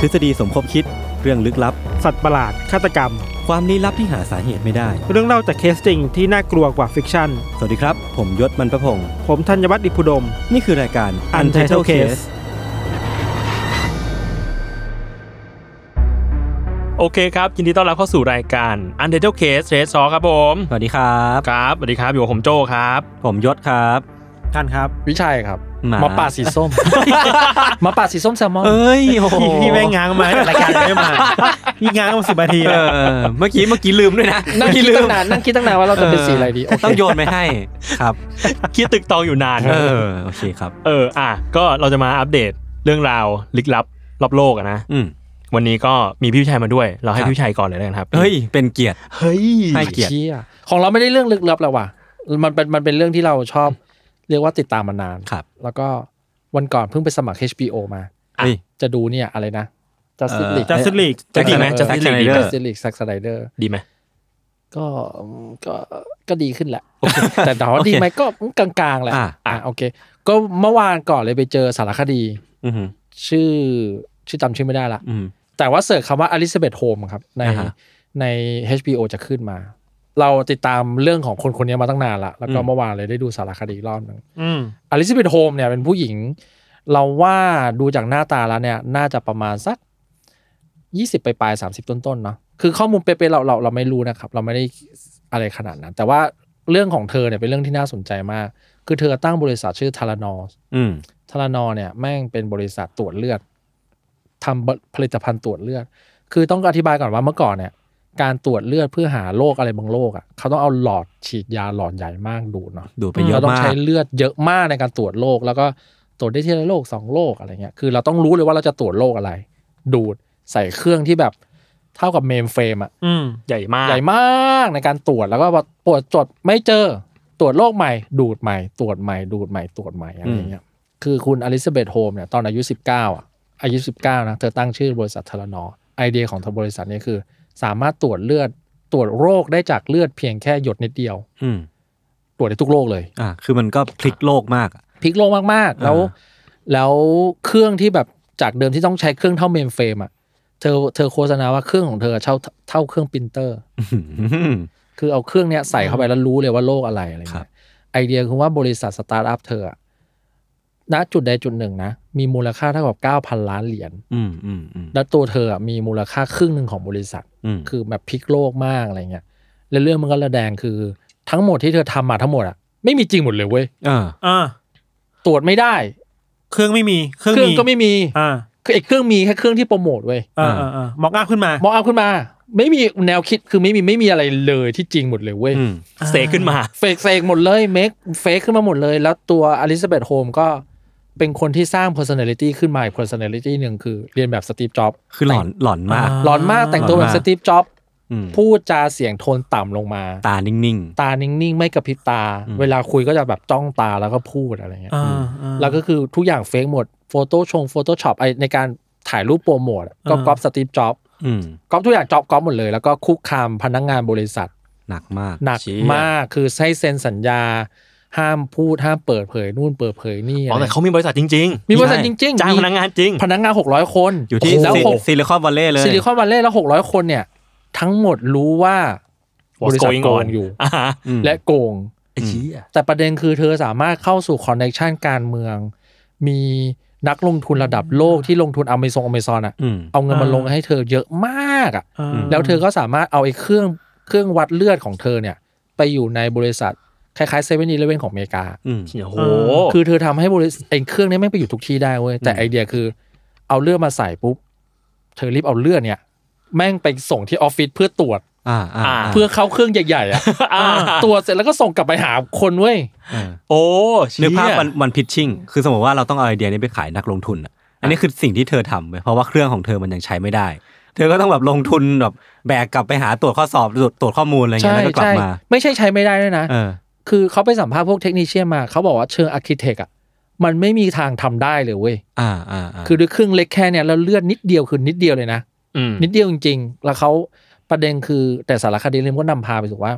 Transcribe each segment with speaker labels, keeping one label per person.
Speaker 1: ทฤษฎีสมคบคิด เรื่องลึกลับ
Speaker 2: สัตว์ประหลาด ฆาตกรรม
Speaker 1: ความลี้ลับที่หาสาเหตุไม่ได้
Speaker 2: เรื่องเล่าจากเคสจริงที่น่ากลัวกว่าฟิกชั่น
Speaker 1: สวัสดีครับ ผมยศมันประพงศ์
Speaker 2: ผมธัญวัฒน์อิพุดม
Speaker 1: นี่คือรายการ
Speaker 2: Untitled Case
Speaker 3: โอเคครับ ยินดีต้อนรับเข้าสู่รายการ u n d e r t a l e Case Race 2ครับผม
Speaker 1: สวัสดีครับ
Speaker 3: ครับสวัสดีครับ อยู่กับผมโจครับ
Speaker 1: ผมยศครับ
Speaker 2: ท่านครับ
Speaker 4: วิชัยครับ
Speaker 1: ห
Speaker 4: หมอป่าสี ส้ม หมอป่าสีส้มแซลมอน
Speaker 1: เอ้ยโอ้โห
Speaker 2: พี่พี่แม่งง้างมาแต่รายการไม่ มาพี่ง้างมาสิบนาที
Speaker 1: เอ
Speaker 2: แล้ว
Speaker 1: อเมื่อกี้เมื่อกี้ลืมด้วยนะ
Speaker 4: นั่งคิดตั้งนานนั่งคิดตั้งนานว่าเราจะเป็นสีอะไรดีโเค
Speaker 1: ต้องโยนไปให้ครับ
Speaker 3: คิดตึกตองอยู่นาน
Speaker 1: เออโอเคครับ
Speaker 3: เอออ่ะก็เราจะมาอัปเดตเรื่องราวลึกลับรอบโลกอะนะ
Speaker 1: อืม
Speaker 3: วันนี้ก็มีพี่วิชัยมาด้วย เราให้
Speaker 1: ครับ
Speaker 3: พี่วิชัยก่อนเลยแล้วกันครับ
Speaker 1: เฮ้ย เป็นเกียรติ
Speaker 3: เฮ้ย
Speaker 1: ให้เกียรติ
Speaker 4: เชี่ยของเราไม่ได้เรื่องลึกลับแล้วว่ะมันเป็นมันเป็นเรื่องที่เราชอบ เรียกว่าติดตามมานาน
Speaker 1: ครับ
Speaker 4: แล้วก็วันก่อนเพิ่งไปสมัคร HBO มา
Speaker 1: เฮ้ย
Speaker 4: จะดูเนี่ยอะไรนะจัสติสลีก
Speaker 2: จัสติสลีก
Speaker 1: จะดีไหม Justice League
Speaker 4: จั
Speaker 1: Snyder
Speaker 4: สติสลีกซักสไนเดอร์
Speaker 3: ดีไหม
Speaker 4: ก็อืมก็ก็ดีขึ้นแหละ แต่ถามว่าดีไหมก็กลางๆแหละ
Speaker 1: อ่ะ
Speaker 4: อ่ะโอเค ก็เมื่อวานก่อนเลยไปเจอสารคดี
Speaker 1: อืม
Speaker 4: ชื่อชื่อจำชื่อไม่ได้ละ
Speaker 1: อืม
Speaker 4: แต่ว่าเสิร์ชคำว่า Elizabeth Home ครับ ใน
Speaker 1: อ่าฮะ
Speaker 4: ใน HBO จะขึ้นมา เราติดตามเรื่องของคนคนนี้มาตั้งนานละแล้วก็
Speaker 1: อืม
Speaker 4: เมื่อวานเลยได้ดูสารคดีอีกรอบหนึ่ง
Speaker 2: อืม
Speaker 4: Elizabeth Home เนี่ยเป็นผู้หญิง เราว่าดูจากหน้าตาแล้วเนี่ย น่าจะประมาณสัก 20 ไปปลายๆ30 ต้นๆเนาะคือข้อมูลเป๊ะๆเราเราเราไม่รู้นะครับ เราไม่ได้อะไรขนาดนั้น แต่ว่าเรื่องของเธอเนี่ยเป็นเรื่องที่น่าสนใจมาก คือเธอตั้งบริษัทชื่อทารานอส
Speaker 1: อืม
Speaker 4: ทารานอเนี่ยแม่งเป็นบริษัทตรวจเลือดทำผลิตภัณฑ์ตรวจเลือด คือต้องอธิบายก่อนว่าเมื่อก่อนเนี่ย การตรวจเลือดเพื่อหาโรคอะไรบางโรคอ่ะเขาต้องเอาหลอดฉีดยาหลอดใหญ่มากดูดเนาะ
Speaker 1: ดูดไปเย
Speaker 4: เรา
Speaker 1: อะ
Speaker 4: ต้อง
Speaker 1: มาก
Speaker 4: ใช้เลือดเยอะมากในการตรวจโรคแล้วก็ตรวจได้ทีละโรคสองโรคอะไรเงี้ยคือเราต้องรู้เลยว่าเราจะตรวจโรคอะไร ดูดใส่เครื่องที่แบบเท่ากับเมมเฟรมอ่ะ
Speaker 2: อืม
Speaker 3: ใหญ่มาก
Speaker 4: ใหญ่มากในการตรวจแล้วก็ว่าตรวจจดไม่เจอตรวจโรคใหม่ ดูดใหม่ ตรวจใหม่ ดูดใหม่ตรวจใหม่อะไรอย่างเงี้ยคือคุณอลิซาเบธโฮมเนี่ยตอนอายุ 19อ่ะอายุ 19 นะ เธอตั้งชื่อบริษัททารนอไอเดียของทางบริษัทเนี่ยคือ สามารถตรวจเลือดตรวจโรคได้จากเลือดเพียงแค่หยดนิดเดียว
Speaker 1: อืม
Speaker 4: ตรวจได้ทุกโรคเลย
Speaker 1: อ่าคือมันก็พลิกโลกมากอะ
Speaker 4: พลิกโลงมาก ๆ แล้ว
Speaker 1: อ่า
Speaker 4: แล้วเครื่องที่แบบจากเดิมที่ต้องใช้เครื่องเท่าเมมเฟรมอ่ะเธอเธอโฆษณาว่าเครื่องของเธอเท่าเท่าเครื่องปรินเตอร์
Speaker 1: อืม
Speaker 4: คือเอาเครื่องเนี้ยใส่เข้าไปแล้วรู้เลยว่าโรคอะไรอะไร
Speaker 1: ครั
Speaker 4: เงี้
Speaker 1: บ
Speaker 4: ยไอเดียคือว่าบริษัทสตาร์ทอัพเธออะณจุดใดจุดหนึ่งนะ มีมูลค่าเท่ากับ 9,000 ล้านเหรียญ
Speaker 1: อืมอืมอืม
Speaker 4: แล้วตัวเธออะมีมูลค่าครึ่งหนึ่งของบริษัท
Speaker 1: อืม
Speaker 4: คือแบบพลิกโลกมากอะไรเงี้ยและเรื่องมันก็ระแดงคือ ทั้งหมดที่เธอทำมาทั้งหมดอะไม่มีจริงหมดเลยเว้ย
Speaker 1: อ่า
Speaker 2: อ่า
Speaker 4: ตรวจไม่ได้
Speaker 2: เครื่องไม่มี เครื่อง
Speaker 4: เครื่อง
Speaker 2: มี
Speaker 4: ก็ไม่มี
Speaker 2: อ่า
Speaker 4: คือไอ้เครื่องมีแค่เครื่องที่โปรโมทเว้ย
Speaker 2: อ่าอ่าอ่ามอกอัพขึ้นมา
Speaker 4: มองเอาขึ้นมา ไม่มีแนวคิดคือไม่มีไม่มีอะไรเลยที่จริงหมดเลยเว้ย
Speaker 1: อืม
Speaker 3: เสกขึ้นมา
Speaker 4: เฟกเสกหมดเลยเมคเฟกขึ้นมาหมดเลย แล้วตัวอลิซาเบธโฮมก็เป็นคนที่สร้าง personality ขึ้นมาอีก personality หนึ่งคือเรียนแบบสตีฟจ็อบ
Speaker 1: คือหลอนหลอนมาก
Speaker 2: อ่า
Speaker 4: หลอนมากแต่งตัว
Speaker 1: ห
Speaker 4: แบบ
Speaker 1: ลอนมาก
Speaker 4: สตีฟจ็อบ
Speaker 1: อืม
Speaker 4: พูดจาเสียงโทนต่ำลงมา
Speaker 1: ตานิ่ง
Speaker 4: ตานิ่ง ๆ ไม่กระพริบตา
Speaker 1: อืม
Speaker 4: เวลาคุยก็จะแบบจ้องตาแล้วก็พูดอะไรเงี้ย
Speaker 2: อ่าอ่า
Speaker 4: แล้วก็คือทุกอย่างเฟกหมดโฟโต้ชงโฟโต้ช็อปไอในการถ่ายรูปโปรโมทอะก็
Speaker 2: อ่า
Speaker 4: ก๊อปสตีฟจ็อบ
Speaker 1: ๆอืม
Speaker 4: ก๊อปทุกอย่างจ็อบก๊อปหมดเลยแล้วก็คุกคามพนักงานบริษัท
Speaker 1: หนักมาก
Speaker 4: หนัก
Speaker 1: เชี่ย
Speaker 4: มากคือให้เซ็นสัญญา ห้ามพูดห้ามเปิดเผยนู่นเปิดเผยนี่
Speaker 3: อ๋อแต่
Speaker 4: ะไร
Speaker 3: เขามีบริษัทจริง
Speaker 4: มีบริษัทจริง
Speaker 3: ๆ จ้าง
Speaker 4: มี
Speaker 3: พนักงานจริง
Speaker 4: พนักงานหกร้อยคน
Speaker 1: อยู่ที่
Speaker 4: แล้วหก
Speaker 1: ซิลิคอนวัลเลย์เลย
Speaker 4: ซิลิคอนวันเล่แล้วหกร้อยคนเนี่ย ทั้งหมดรู้ว่า
Speaker 3: What's
Speaker 4: บริษัท
Speaker 3: going
Speaker 4: โก
Speaker 3: on
Speaker 4: งอยู่
Speaker 3: อ่าฮะ
Speaker 1: อืม
Speaker 4: และโกง
Speaker 3: ไอ้เชี้ย
Speaker 4: แต่ประเด็นคือเธอสามารถเข้าสู่คอนเน t ชันการเมือง มี นักลงทุนระดับโลกที่ลงทุนอเมซอนอเมซอนอ่ะ
Speaker 1: อืม
Speaker 4: เอาเงินมา
Speaker 3: อ่า
Speaker 4: ลงให้เธอเยอะมากอ่ะ
Speaker 3: อ่า
Speaker 4: แล้วเธอก็สามารถเอาไอ้เครื่องเครื่องวัดเลือดของเธอเนี่ย ไปอยู่ในบริษัทคล้ายๆเซเว่นอีเลเว่นของอเมริกา
Speaker 1: อืม
Speaker 3: โอ้โห
Speaker 4: คือเธอทำให้บริษัทไอ้เครื่องนี้ไม่งไปอยู่ทุกที่ได้เว้ยแต่ไอเดียคือ เอาเลือดมาใส่ปุ๊บ เธอรีบเอาเลือดเนี่ย แม่งไปส่งที่ออฟฟิศเพื่อตรวจ
Speaker 1: อ่าอ่า
Speaker 3: อ่า
Speaker 4: เพื่อเข้าเครื่องใหญ่ๆอ่ะ
Speaker 3: อ่า
Speaker 4: ตรวจเสร็จแล้วก็ส่งกลับไปหาคนเว้ย
Speaker 1: อ่า
Speaker 3: โอ้
Speaker 1: นึ
Speaker 3: เชี่ย
Speaker 1: กภาพมันมันพิชชิ่ง คือสมมติว่าเราต้องเอาไอเดียนี้ไปขายนักลงทุนอะอันนี้คือสิ่งที่เธอทำเว้ยเพราะว่าเครื่องของเธอมันยังใช้ไม่ได้ เธอก็ต้องแบบลงทุนแบบแบกกลับไปหาตรวจข้อสอบตรวจตรวจข้อมูลอะไรเงี้
Speaker 4: ใช่
Speaker 1: ยแล้วก็กลับ
Speaker 4: ใช่
Speaker 1: มา
Speaker 4: ไม่ใช่ใช้ไม่ได้ด้วยนะ
Speaker 1: เออ
Speaker 4: คือเขาไปสัมภาษณ์พวกเทคนิคเชียนมาเขาบอกว่าเชิงอาร์เคเต็กอ่ะมันไม่มีทางทำได้เลยเว้ย
Speaker 1: อ่าอ่าอ่า
Speaker 4: คือด้วยเครื่องเล็กแค่เนี่ยแล้วเลือดนิดเดียวคือนิดเดียวเลยนะ
Speaker 3: อืม
Speaker 4: นิดเดียวจริงๆ แล้วเขาประเด็นคือแต่สารคดีเล่มก็นำพาไปสู่ว่า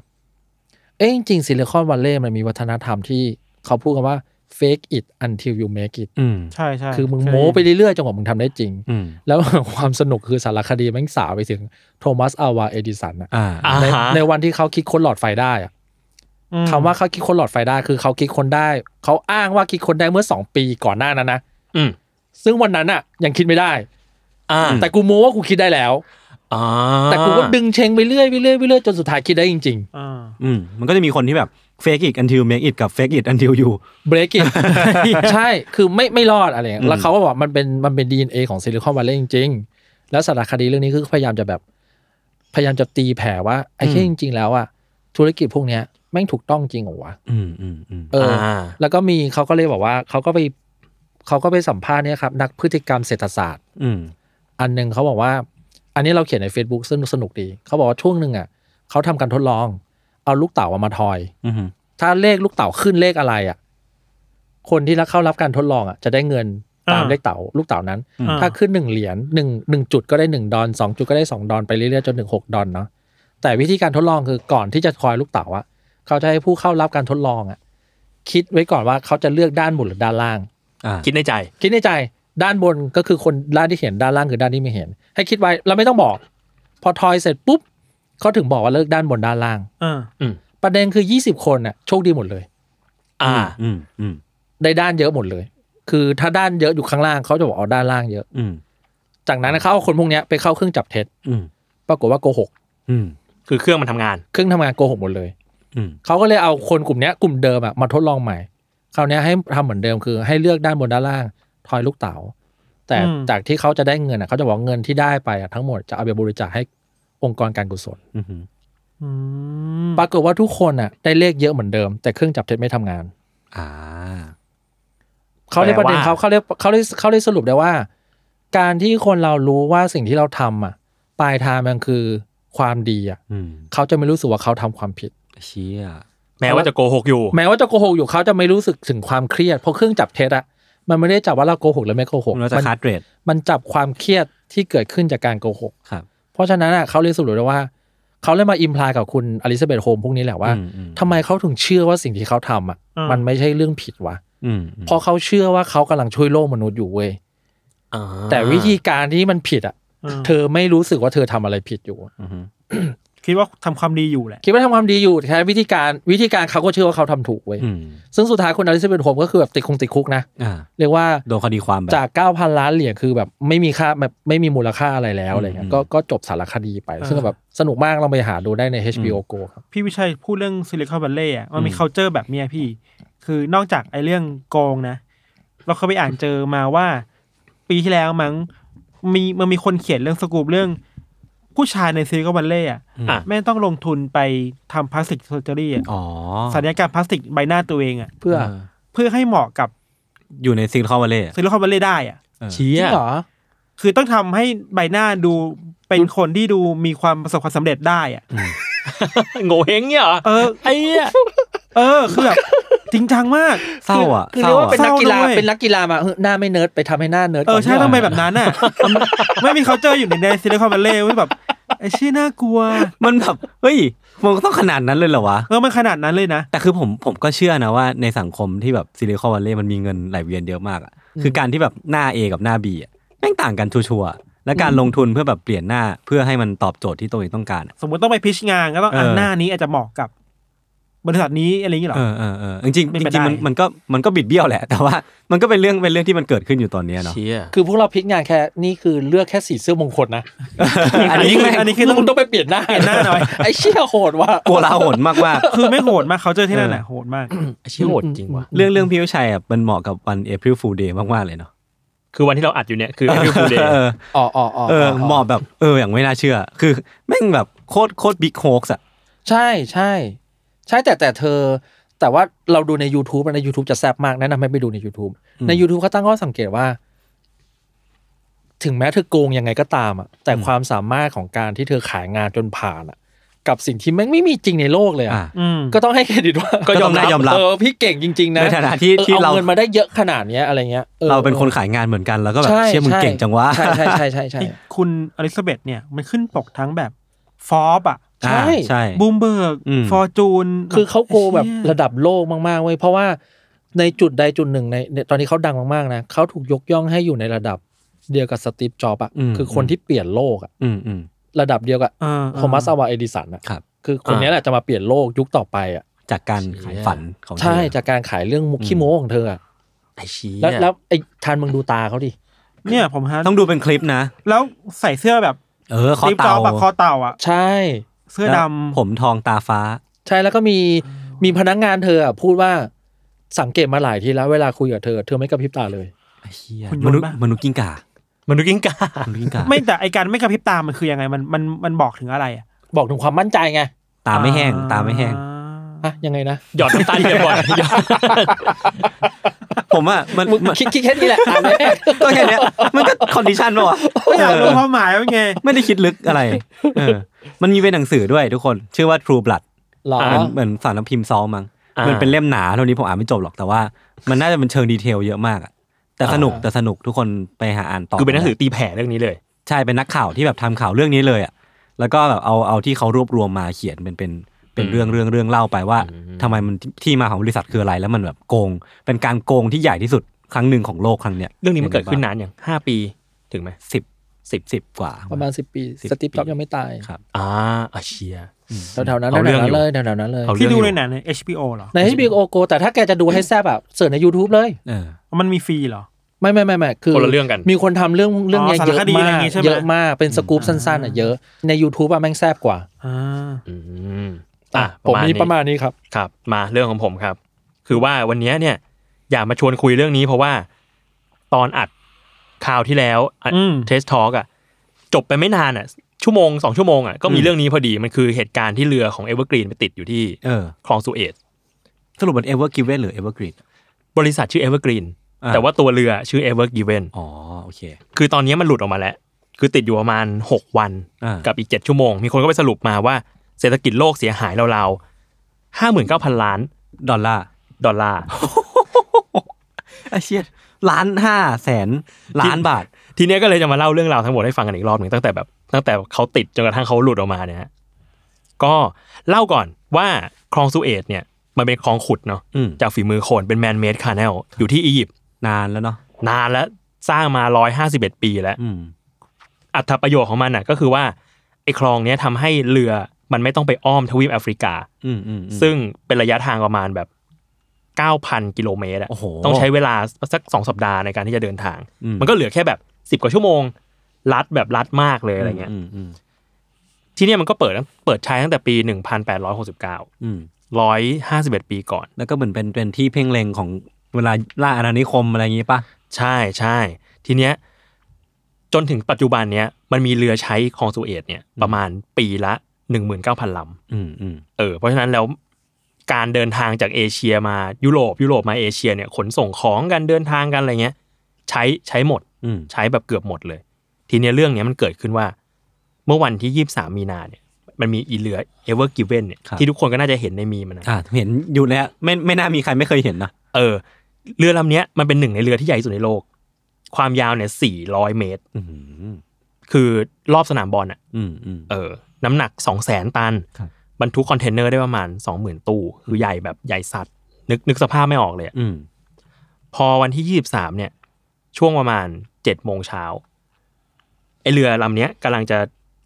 Speaker 4: เอ้ยจริงๆซิลิคอนวัลเลย์มันมีวัฒนธรรมที่เขาพูดกันว่า fake it until you make it
Speaker 1: อืม
Speaker 2: ใช่ใช่
Speaker 4: คือมึงโม้ไปเรื่อยๆจนกว่ามึงทำได้จริง
Speaker 1: อืม
Speaker 4: แล้ว ความสนุกคือสารคดีแม่งสาวไปถึงโทมัสอาวาเอดิสันอะ
Speaker 1: อ่า
Speaker 3: อ่า
Speaker 4: ใน
Speaker 3: ฮะ
Speaker 4: ในวันที่เขาคิดค้นหลอดไฟได้อะ
Speaker 2: อืม
Speaker 4: คำว่าเขาคิดค้นหลอดไฟได้คือเขาคิดค้นได้ เขาอ้างว่าคิดค้นได้เมื่อสองปีก่อนหน้านั้นนะ
Speaker 3: อืม
Speaker 4: ซึ่งวันนั้นอะยังคิดไม่ได้
Speaker 3: อ่า
Speaker 4: แต่กูโม้ว่ากูคิดได้แล้ว
Speaker 3: อ่า
Speaker 4: แต่กูก็ดึงเชงไปเรื่อยไปเรื่อยไปเรื่อยจนสุดท้ายคิดได้จริง
Speaker 2: อ่า
Speaker 1: อืมมันก็จะมีคนที่แบบ fake it until make it กับ fake it until you
Speaker 4: ๆ break it ใช่คือไม่ไม่รอดอะไรอย่างเงี้ย
Speaker 1: อืม
Speaker 4: แล้วเขาก็บอกมันเป็นมันเป็น DNA ของซิลิคอนวัลเลย์จริง ๆ แล้วสารคดีเรื่องนี้คือพยายามจะแบบ พยายามจะตีแผ่ว่า ไอ้ที่จริง ๆ แล้วอะธุรกิจพวกเนี้ยแม่งถูกต้องจริงเหรอวะ
Speaker 1: อืมอืมอืม
Speaker 4: เอออ
Speaker 3: า
Speaker 4: แล้วก็มีเขาก็เลยบอกว่าเขาก็ไปเขาก็ไปสัมภาษณ์เนี่ยครับนักพฤติกรรมเศรษฐศาสตร์
Speaker 1: อืม
Speaker 4: อันหนึ่งเขาบอกว่า อันนี้เราเขียนใน Facebook ซึ่งสนุกดีเขาบอกว่าช่วงหนึ่งอะเขาทำการทดลอง เอาลูกเต่ามาทอย
Speaker 1: อืม
Speaker 4: ถ้าเลขลูกเต่าขึ้นเลขอะไรอ่ะ คนที่รับเข้ารับการทดลองอ่ะจะได้เงินตามเลขเต่าลูกเต่านั้น ถ้าขึ้นหนึ่งเหรียญหนึ่งหนึ่งจุดก็ได้หนึ่งดอนสองจุดก็ได้สองดอนไปเรื่อยๆจนถึงหกดอนเนาะแต่วิธีการทดลองคือก่อนที่จะทอยลูกเต่าอ่ะเขาจะให้ผู้เข้ารับการทดลองอ่ะคิดไว้ก่อนว่าเขาจะเลือกด้านบนหรือด้านล่าง
Speaker 1: อ่า
Speaker 3: คิดในใจ
Speaker 4: คิดในใจด้านบนก็คือคนด้านที่เห็นด้านล่างคือด้านที่ไม่เห็น ให้คิดไว้แล้วไม่ต้องบอก พอทอยเสร็จปุ๊บเขาถึงบอกว่าเลือกด้านบนด้านล่าง
Speaker 2: อ่า
Speaker 4: ประเด็นคือ 20 คนน่ะโชคดีหมดเลย
Speaker 3: อ่า
Speaker 1: อืมอืม
Speaker 4: ได้ด้านเยอะหมดเลย คือถ้าด้านเยอะอยู่ข้างล่างเขาจะบอกเอาด้านล่างเยอะ
Speaker 1: อืม
Speaker 4: จากนั้นเขาเอาคนพวกเนี้ยไปเข้าเครื่องจับเท็จ
Speaker 1: อืม
Speaker 4: ปรากฏว่าโกหก
Speaker 1: อืม
Speaker 3: คือเครื่องมันทำงาน
Speaker 4: เครื่องทำงานโกหกหมดเลย
Speaker 1: อืม
Speaker 4: เขาก็เลยเอาคนกลุ่มเนี้ยกลุ่มเดิมอะมาทดลองใหม่ คราวเนี้ยให้ทำเหมือนเดิมคือ ให้เลือกด้านบนด้านล่าง ทอยลูกเต๋า แต่จากที่เขาจะได้เงินอะเขาจะบอกเงินที่ได้ไปอะทั้งหมดจะเอาไปบริจาคให้องค์กรการกุศล
Speaker 1: อืม
Speaker 2: อืม
Speaker 4: ปรากฏว่าทุกคนอะได้เลขเยอะเหมือนเดิม แต่เครื่องจับเท็จไม่ทำงาน
Speaker 1: อ่า
Speaker 4: เขาเลยประเด็น
Speaker 3: แปลว่า
Speaker 4: เขาเขาเลยเขาเลยเขาเลยสรุปได้ว่า การที่คนเรารู้ว่าสิ่งที่เราทำอ่ะ ปลายทางมันคือความดีอ่ะ
Speaker 1: อืม
Speaker 4: เขาจะไม่รู้สึกว่าเขาทำความผิด
Speaker 1: เชี่ย
Speaker 3: แม้ว่าจะโกหกอยู่
Speaker 4: แม้ว่าจะโกหกอยู่เขาจะไม่รู้สึกถึงความเครียดเพราะเครื่องจับเท็จอ่ะมันไม่ได้จับว่าเราโกหกหรือไม่โกหก
Speaker 1: แล้วจะ
Speaker 4: มัน
Speaker 1: คาร์เรท
Speaker 4: มันจับความเครียดที่เกิดขึ้นจากการโกหก
Speaker 1: ครับ
Speaker 4: เพราะฉะนั้นอ่ะเขาเลยสรุปได้ว่าเขาเลยมาอิมพลายกับคุณอลิซาเบธโฮมพวกนี้แหละว่า
Speaker 1: อือื
Speaker 4: ทำไมเขาถึงเชื่อว่าสิ่งที่เขาทำอ่ะ มันไม่ใช่เรื่องผิดวะ
Speaker 1: อืมอืม
Speaker 4: เพราะเขาเชื่อว่าเขากำลังช่วยโลกมนุษย์อยู่เว้ย
Speaker 3: อ่า
Speaker 4: แต่วิธีการที่มันผิดอ่ะ
Speaker 2: า
Speaker 4: เธอไม่รู้สึกว่าเธอทำอะไรผิดอยู่
Speaker 2: คิดว่าทำความดีอยู่แหละ
Speaker 4: คิดว่าทำความดีอยู่แค่วิธีการวิธีการเขาก็เชื่อว่าเขาทำถูกเว้ย
Speaker 1: อืม
Speaker 4: ซึ่งสุดท้ายคุณอลิซาเบธโฮมก็คือแบบติดคงติดคุกนะ
Speaker 1: อ่า
Speaker 4: เรียกว่า
Speaker 1: โดนคดีความแบบ
Speaker 4: จาก 9,000 ล้านเหรียญคือแบบไม่มีค่าแบบไม่มีมูลค่าอะไรแล้วอะไรเงี้ย
Speaker 1: อืม
Speaker 4: ก็ก็จบสารคดีไป ซึ่งแบบสนุกมากลองไปหาดูได้ใน HBO Go ครับ
Speaker 2: พี่วิชัยพูดเรื่องซิลิคอนวัลเลย์อ่ะมันมี c u เจอร์แบบเนี้ยพี่ คือนอกจากไอ้เรื่องโกองนะ เราเคยไปอ่านเจอมาว่า ปีที่แล้วมั้งมีมันมีคนเขียนเรื่องสกูปเรื่อง ผู้ชายในซิลิคอนวัลเลย์อ่ะ
Speaker 3: อ่ะ
Speaker 2: แม่งต้องลงทุนไปทำพลาสติกเซอร์เจอรี่อ่ะ
Speaker 1: อ๋อ
Speaker 2: ศัลยกรรมพลาสติกใบหน้าตัวเองอ่ะ
Speaker 4: เพื่อ
Speaker 2: เพื่อให้เหมาะกับ
Speaker 1: อยู่ในซิลิคอนวัลเลย์อะ
Speaker 2: ซิลิคอนวัลเลย์ได้อ่ะ
Speaker 3: เชี่
Speaker 4: จริ
Speaker 3: ย
Speaker 4: งเหรอ
Speaker 2: คือต้องทำให้ใบหน้าดูเป็นคนที่ดูมีความประสบความสำเร็จได้อะ
Speaker 3: โง่เฮงเนี่ยเหรอ
Speaker 2: เออ
Speaker 3: ไอ้เหี้ย
Speaker 2: เออ คือแบบ จริงจังมาก
Speaker 1: เศร้าอ่ะ
Speaker 4: คือ
Speaker 1: เศ
Speaker 4: เรีย
Speaker 1: ร้าก
Speaker 4: ว่า
Speaker 1: อ่ะ
Speaker 4: เป็นนักกีฬา
Speaker 2: เศร้าด้วย
Speaker 4: เป็นนักกีฬามาเฮ้ยหน้าไม่เนิร์ดไปทำให้หน้าเนิร์ด
Speaker 2: เออ
Speaker 4: ก่น
Speaker 2: ใช่
Speaker 4: ดีกว่า
Speaker 2: ต้องไปแบบนั้นน่ะ ไม่มีเขาเจออยู่ในในซิลิคอนวัลเลย์เว้ยแบบไอ้ชี่น่ากลัว
Speaker 1: มันแบบเฮ้ยมันต้องขนาดนั้นเลยเหรอวะ
Speaker 2: เออ มันขนาดนั้นเลยนะ
Speaker 1: แต่คือผมผมก็เชื่อนะว่าในสังคมที่แบบซิลิคอนวัลเลย์มันมีเงินไหลเวียนเยอะมากอ่ะคือการที่แบบหน้า A กับหน้า B อ่ะแม่งต่างกันชัวร์ๆและการลงทุนเพื่อแบบเปลี่ยนหน้าเพื่อให้มันตอบโจทย์ที่ตัวเองต้องการอะ
Speaker 2: สมมติต้องไปพิชงานก็ต้อง
Speaker 1: เอออั
Speaker 2: อันหน้านี้อาจจะเหมาะกับ บริษัทนี้อะไรอย่างเงี้ยเหรอ
Speaker 1: เออเออเออจริงๆจริง
Speaker 2: ไม่เป็น
Speaker 1: จริง
Speaker 2: ไร
Speaker 1: มันมันก็มันก็บิดเบี้ยวแหละ แต่ว่ามันก็เป็นเรื่องเป็นเรื่องที่มันเกิดขึ้นอยู่ตอนเนี้ยเนาะ
Speaker 3: เชี่ย
Speaker 4: คือพวกเราพลิกงานแค่นี่คือเลือกแค่สีเสื้อมงคลนะ
Speaker 1: อันนี้แม่
Speaker 2: อัน
Speaker 1: ง
Speaker 2: นี้คือต้อง
Speaker 4: มึงต้องไปเปลี่ยนหน้า
Speaker 2: เห็นหน้าหน่อย
Speaker 4: ไอ้เชี่ยโหดว่ะ
Speaker 1: โกลาหลมากว่า
Speaker 2: คือไม่โหดมากเขาเจอที่นั่นแหละโหดมาก
Speaker 3: ไอ้เชี่ยโหดจริงว่ะ
Speaker 1: เรื่องเรื่องพี่วิชัยอ่ะมันเหมาะกับวัน April Fool Day มากๆเลยเนาะ
Speaker 3: คือวันที่เราอัดอยู่ เนี่ยคือ April Fool
Speaker 1: เอ
Speaker 3: Day
Speaker 1: อ
Speaker 4: อ๋ออ๋ออ๋อ
Speaker 1: เออเหมาะแบบเอออย่างไม่น่าเชื่อ คือแม่งแบบโคตรโคตรบิ๊กโฮกส์อ่ะ
Speaker 4: ใช่ใช่ ใช่แต่แต่เธอ แต่ว่าเราดูใน YouTube นะใน YouTube จะแซ่บมาก แนะนำให้ไปดูใน YouTube ใน YouTube เขาตั้งข้อสังเกตว่า ถึงแม้เธอโกงยังไงก็ตามอะแต่ความสามารถของการที่เธอขายงานจนผ่านอะกับสิ่งที่แม่งไม่มีจริงในโลกเลย
Speaker 1: อ่ะ
Speaker 4: อะ
Speaker 2: อืม
Speaker 4: ก็ต้องให้เครดิตว่า
Speaker 1: ก็ยอมรับยอมรับ
Speaker 4: เออพี่เก่งจริง ๆ นะ
Speaker 1: ในฐานะที่
Speaker 4: ออ
Speaker 1: ที่เรา
Speaker 4: อเงินมาได้เยอะขนาดเนี้ยอะไรเงี้ยออ
Speaker 1: เราเป็นคนขายงานเหมือนกันแล้วก็แบบ
Speaker 4: ใ
Speaker 1: เชื่อมึง
Speaker 4: ใ
Speaker 1: เก่งจังวะ
Speaker 4: ใช่ใช่ใช่ใช่ใช่
Speaker 2: ไอ้คุณอลิซาเบธเนี่ยมันขึ้นปกทั้งแบบฟอร์บอ่ะ
Speaker 1: อ่า
Speaker 4: ใช่
Speaker 1: ใช่
Speaker 2: บูมเบิร์ก
Speaker 1: อืม
Speaker 2: ฟอร์จูน
Speaker 4: คือเขาโกแบบ
Speaker 2: เชี่ย
Speaker 4: ระดับโลกมากๆเว้ยเพราะว่าในจุดใดจุดหนึ่งในในตอนนี้เขาดังมากๆนะเขาถูกยกย่องให้อยู่ในระดับเดียวกับสตีฟจ็อบส์อะ
Speaker 1: อืม
Speaker 4: คือคนที่เปลี่ยนโลกอะ
Speaker 1: อืมอืม
Speaker 4: ระดับเดียวกับ
Speaker 2: เออเออ
Speaker 4: โทมัสอวาเอดิสันอะ
Speaker 1: ครับ
Speaker 4: คือคนเนี้ยแหละจะมาเปลี่ยนโลกยุคต่อไปอะ
Speaker 1: จากการขายฝันของเธอ
Speaker 4: ใช่จากการขายเรื่องมุกขี้โม้ของเธออะ
Speaker 3: ไอ้เชี่ย
Speaker 4: แล้วแล้วไอ้ทานมึงดูตาเขาดิ
Speaker 2: เนี่ยผมฮะ
Speaker 1: ต้องดูเป็นคลิปนะ
Speaker 2: แล้วใส่เสื้อแบบ
Speaker 1: เออคอ
Speaker 2: ตีฟจ
Speaker 1: เต่า
Speaker 2: อบอะคอเต่าอ่ะ
Speaker 4: ใช่
Speaker 2: เสื้อดำ
Speaker 1: ผมทองตาฟ้า
Speaker 4: ใช่แล้วก็มีมีพนักงานเธออะพูดว่าสังเกตมาหลายทีแล้วเวลาคุยกับเธอเธอไม่กระพริบตาเลย
Speaker 1: ไอ้เหี้ย
Speaker 2: คุณย
Speaker 1: ม
Speaker 2: น
Speaker 1: นุษ
Speaker 2: ต์
Speaker 1: ย์
Speaker 2: ปะ
Speaker 1: มนุษย์กิ้งก่าม
Speaker 3: นุษย์กิ้งก่าม
Speaker 1: นุษย์กิ้งก่า
Speaker 2: ไม่แต่ไอการไม่กระพริบตามันคือยังไงมันมันมันบอกถึงอะไรอ่ะ
Speaker 4: บอกถึงความมั่นใจไง
Speaker 1: ตาไม่แห้ง ตาไม่แห้ง
Speaker 2: อ่า
Speaker 4: อะยังไงนะ
Speaker 3: หยอดน้ำตาเทียมก่อนหยอด
Speaker 1: ผมอ่ะมัน
Speaker 4: มึง
Speaker 1: มัน
Speaker 4: คิดคิดแค่นี้แหละอ่านไม่ได้
Speaker 1: ก็แค่เนี้ยมันก็คอนดิชันป่ะวะ
Speaker 2: ไม่อยากรู้
Speaker 1: เออ
Speaker 2: ความหมายว่าไง
Speaker 1: ไม่ได้คิดลึกอะไรเออมันมีเป็นหนังสือด้วยทุกคน ชื่อว่า True Blood
Speaker 4: หรอ
Speaker 1: เหมือนเหมือนสารน้ำพิมพ์ซองมั้งมันเป็นเล่มหนาเท่านี้ผมอ่านไม่จบหรอกแต่ว่ามันน่าจะเป็นเชิงดีเทลเยอะมากอะแต่สนุกแต่สนุกทุกคนไปหาอ่านต่อ
Speaker 3: คือเป็นหนังสือตีแผ่เรื่องนี้เลย
Speaker 1: ใช่เป็นนักข่าวที่แบบทำข่าวเรื่องนี้เลยอ่ะแล้วก็แบบเอาเอาที่เขารวบรวมมาเขียนเป็นเป็นเป็น
Speaker 3: อืม
Speaker 1: เรื่องเรื่องเรื่องเล่าไปว่าทำไมมันที่ที่มาของบริษัทคืออะไรแล้วมันแบบโกง เป็นการโกงที่ใหญ่ที่สุดครั้งหนึ่งของโลกครั้งเนี้ย
Speaker 3: เรื่องนี้มันเกิดขึ้นนานอย่างห้าปีถึงไหม
Speaker 1: สิบสิบสิบกว่า
Speaker 4: ประมาณสิบปี
Speaker 1: 10
Speaker 4: สตีฟ
Speaker 1: ปี
Speaker 4: จ็อบยังไม่ตาย
Speaker 1: ครับ
Speaker 3: อ่าอ่ะเชี่ย
Speaker 4: แถวๆนั้น
Speaker 3: เอา
Speaker 4: แถ
Speaker 3: เรื่อ
Speaker 4: ว
Speaker 3: ง
Speaker 4: ๆนั้นเลย
Speaker 3: อยู่
Speaker 4: แถวๆนั้นเลย
Speaker 3: เอา
Speaker 2: ที่
Speaker 3: เรื่อง
Speaker 2: ดู
Speaker 3: อยู่
Speaker 2: ในหนังใน HBO เหรอ
Speaker 4: ใน HBO Go แต่ถ้าแกจะดูให้แซ่บแบบเสิร์ชใน YouTube เลย
Speaker 1: เออ
Speaker 2: มันมีฟรีเหรอ
Speaker 4: ไม่ไม่ไม่ไม่คือ
Speaker 3: คนละเรื่องกัน
Speaker 4: มีคนทำเรื่องเรื่องเนี้ย
Speaker 2: อ๋อ
Speaker 4: เยอะ
Speaker 2: สารคดีอะไรอก
Speaker 4: มา
Speaker 2: ย่างงี้ใช่ไหม
Speaker 4: เยอะมากเป็นสกู๊ปสั้นๆอ่ะเยอะใน YouTube อะแม่งแซ่บกว่า
Speaker 2: อ่า
Speaker 3: อืมอ่ะ
Speaker 4: ผมมี
Speaker 3: นี้
Speaker 4: ประมาณนี้ครับ
Speaker 3: ครับมาเรื่องของผมครับ คือว่าวันเนี้ยเนี่ย อยากมาชวนคุยเรื่องนี้เพราะว่าตอนอัดข่าวที่แล้ว
Speaker 2: อืม
Speaker 3: เทสทอ l k อ่ะจบไปไม่นานอ่ะ ชั่วโมงสองชั่วโมงอ่ะก็มีเรื่องนี้พอดีมันคือเหตุการณ์ที่เรือของเอเวอร์กรีนไปติดอยู่ที่
Speaker 1: เออ
Speaker 3: คลองสุเอซ
Speaker 1: สรุปมันเอเวอร์กิเวนหรือเอเวอร์กรีน
Speaker 3: บริษัทชื่อเอเวอร์กรีน
Speaker 1: อ่า
Speaker 3: แต่ว่าตัวเรือชื่อเอเวอร์ก v เวน
Speaker 1: อ๋อโอเค
Speaker 3: คือตอนนี้มันหลุดออกมาแล้ว คือติดอยู่ประมาณ 6 วัน
Speaker 1: อ่ากั
Speaker 3: กับอีก 7 ชั่วโมง มีคนก็ไปสรุปมาว่าเศรษฐกิจโลกเสียหายราวๆห้าหมื่นเก้าพันล้าน
Speaker 1: ดอลลาร์
Speaker 3: ดอลลาร์
Speaker 1: ไอเชียล้านห้าแสนล้านบาท
Speaker 3: ทีเนี้ยก็เลยจะมาเล่าเรื่องราวทั้งหมดให้ฟังกันอีกรอบหนึ่งตั้งแต่แบบตั้งแต่เขาติดจนกระทั่งเขาหลุดออกมาเนี่ยฮะก็เล่าก่อนว่าคลองสุเอตเนี่ย มันเป็นคลองขุดเนาะ
Speaker 1: อืม
Speaker 3: จากฝีมือคนเป็นแมนเมดคาแนลอยู่ที่อียิปต์
Speaker 1: นานแล้วเนาะ
Speaker 3: นานแล้วสร้างมา 151 ปีแล้ว
Speaker 1: อืม
Speaker 3: อัตประโยชน์ของมันน่ะก็คือว่าไอ้คลองเนี้ยทำให้เรือมันไม่ต้องไปอ้อมทวีปแอฟริกา
Speaker 1: อืมอืมอืม
Speaker 3: ซึ่งเป็นระยะทางประมาณแบบ 9,000 กิโลเมตรอะ
Speaker 1: โอ้โห
Speaker 3: ต้องใช้เวลาสักสองสัปดาห์ในการที่จะเดินทาง
Speaker 1: อืม
Speaker 3: มันก็เหลือแค่แบบสิบ10 กว่าชั่วโมง ลัดแบบลัดมากเลยอะไรเงี้ย
Speaker 1: อืมอืม
Speaker 3: ที่เนี่ยมันก็เปิดตั้งเปิดใช้ตั้งแต่ปี 1869
Speaker 1: อืม
Speaker 3: 151 ปีก่อน
Speaker 1: แล้วก็เหมือนเป็นเป็นที่เพ่งเล็งของเวลาล่าอาณานิคมอะไรอย่างงี้ป่ะ
Speaker 3: ใช่ใช่ทีเนี้ยจนถึงปัจจุบันเนี้ยมันมีเรือใช้คลองสุเอตเนี่ยประมาณปีละ 19,000ลำ
Speaker 1: อืมอืม
Speaker 3: เออเพราะฉะนั้นแล้วการเดินทางจากเอเชียมายุโรปยุโรปมาเอเชียเนี่ยขนส่งของกันเดินทางกันอะไรเงี้ย ใช้ใช้หมด
Speaker 1: อืม
Speaker 3: ใช้แบบเกือบหมดเลย ทีเนี้ยเรื่องเนี้ยมันเกิดขึ้นว่า เมื่อวันที่ยี่สามีนาเนี่ยมันมีอีเรือเอเวอร์กิเวนเนี่ย
Speaker 1: ครับ
Speaker 3: ที่ทุกคนก็น่าจะเห็นในมีมันนะ
Speaker 1: อ่าเห็นอยู่แล้วไม่ไม่น่ามีใครไม่เคยเห็นนะ
Speaker 3: เออเรือลำเนี้ยมันเป็นหนึ่งในเรือที่ใหญ่ที่สุดในโลก ความยาวเนี่ยสี่ร้อยเมตร
Speaker 1: อืม
Speaker 3: คือรอบสนามบอลอ่ะ
Speaker 1: อืมอืม
Speaker 3: เออน้ำหนักสองแสนตัน
Speaker 1: ครับ
Speaker 3: บรรทุกคอนเทนเนอร์ได้ประมาณสองหมื่นตู้คือใหญ่แบบใหญ่สัตว์นึกนึกสภาพไม่ออกเลยอะ
Speaker 1: อืม
Speaker 3: พอวันที่ยี่สิบสามเนี่ย ช่วงประมาณเจ็ดโมงเช้าไอเรือลำเนี้ยกำลังจะ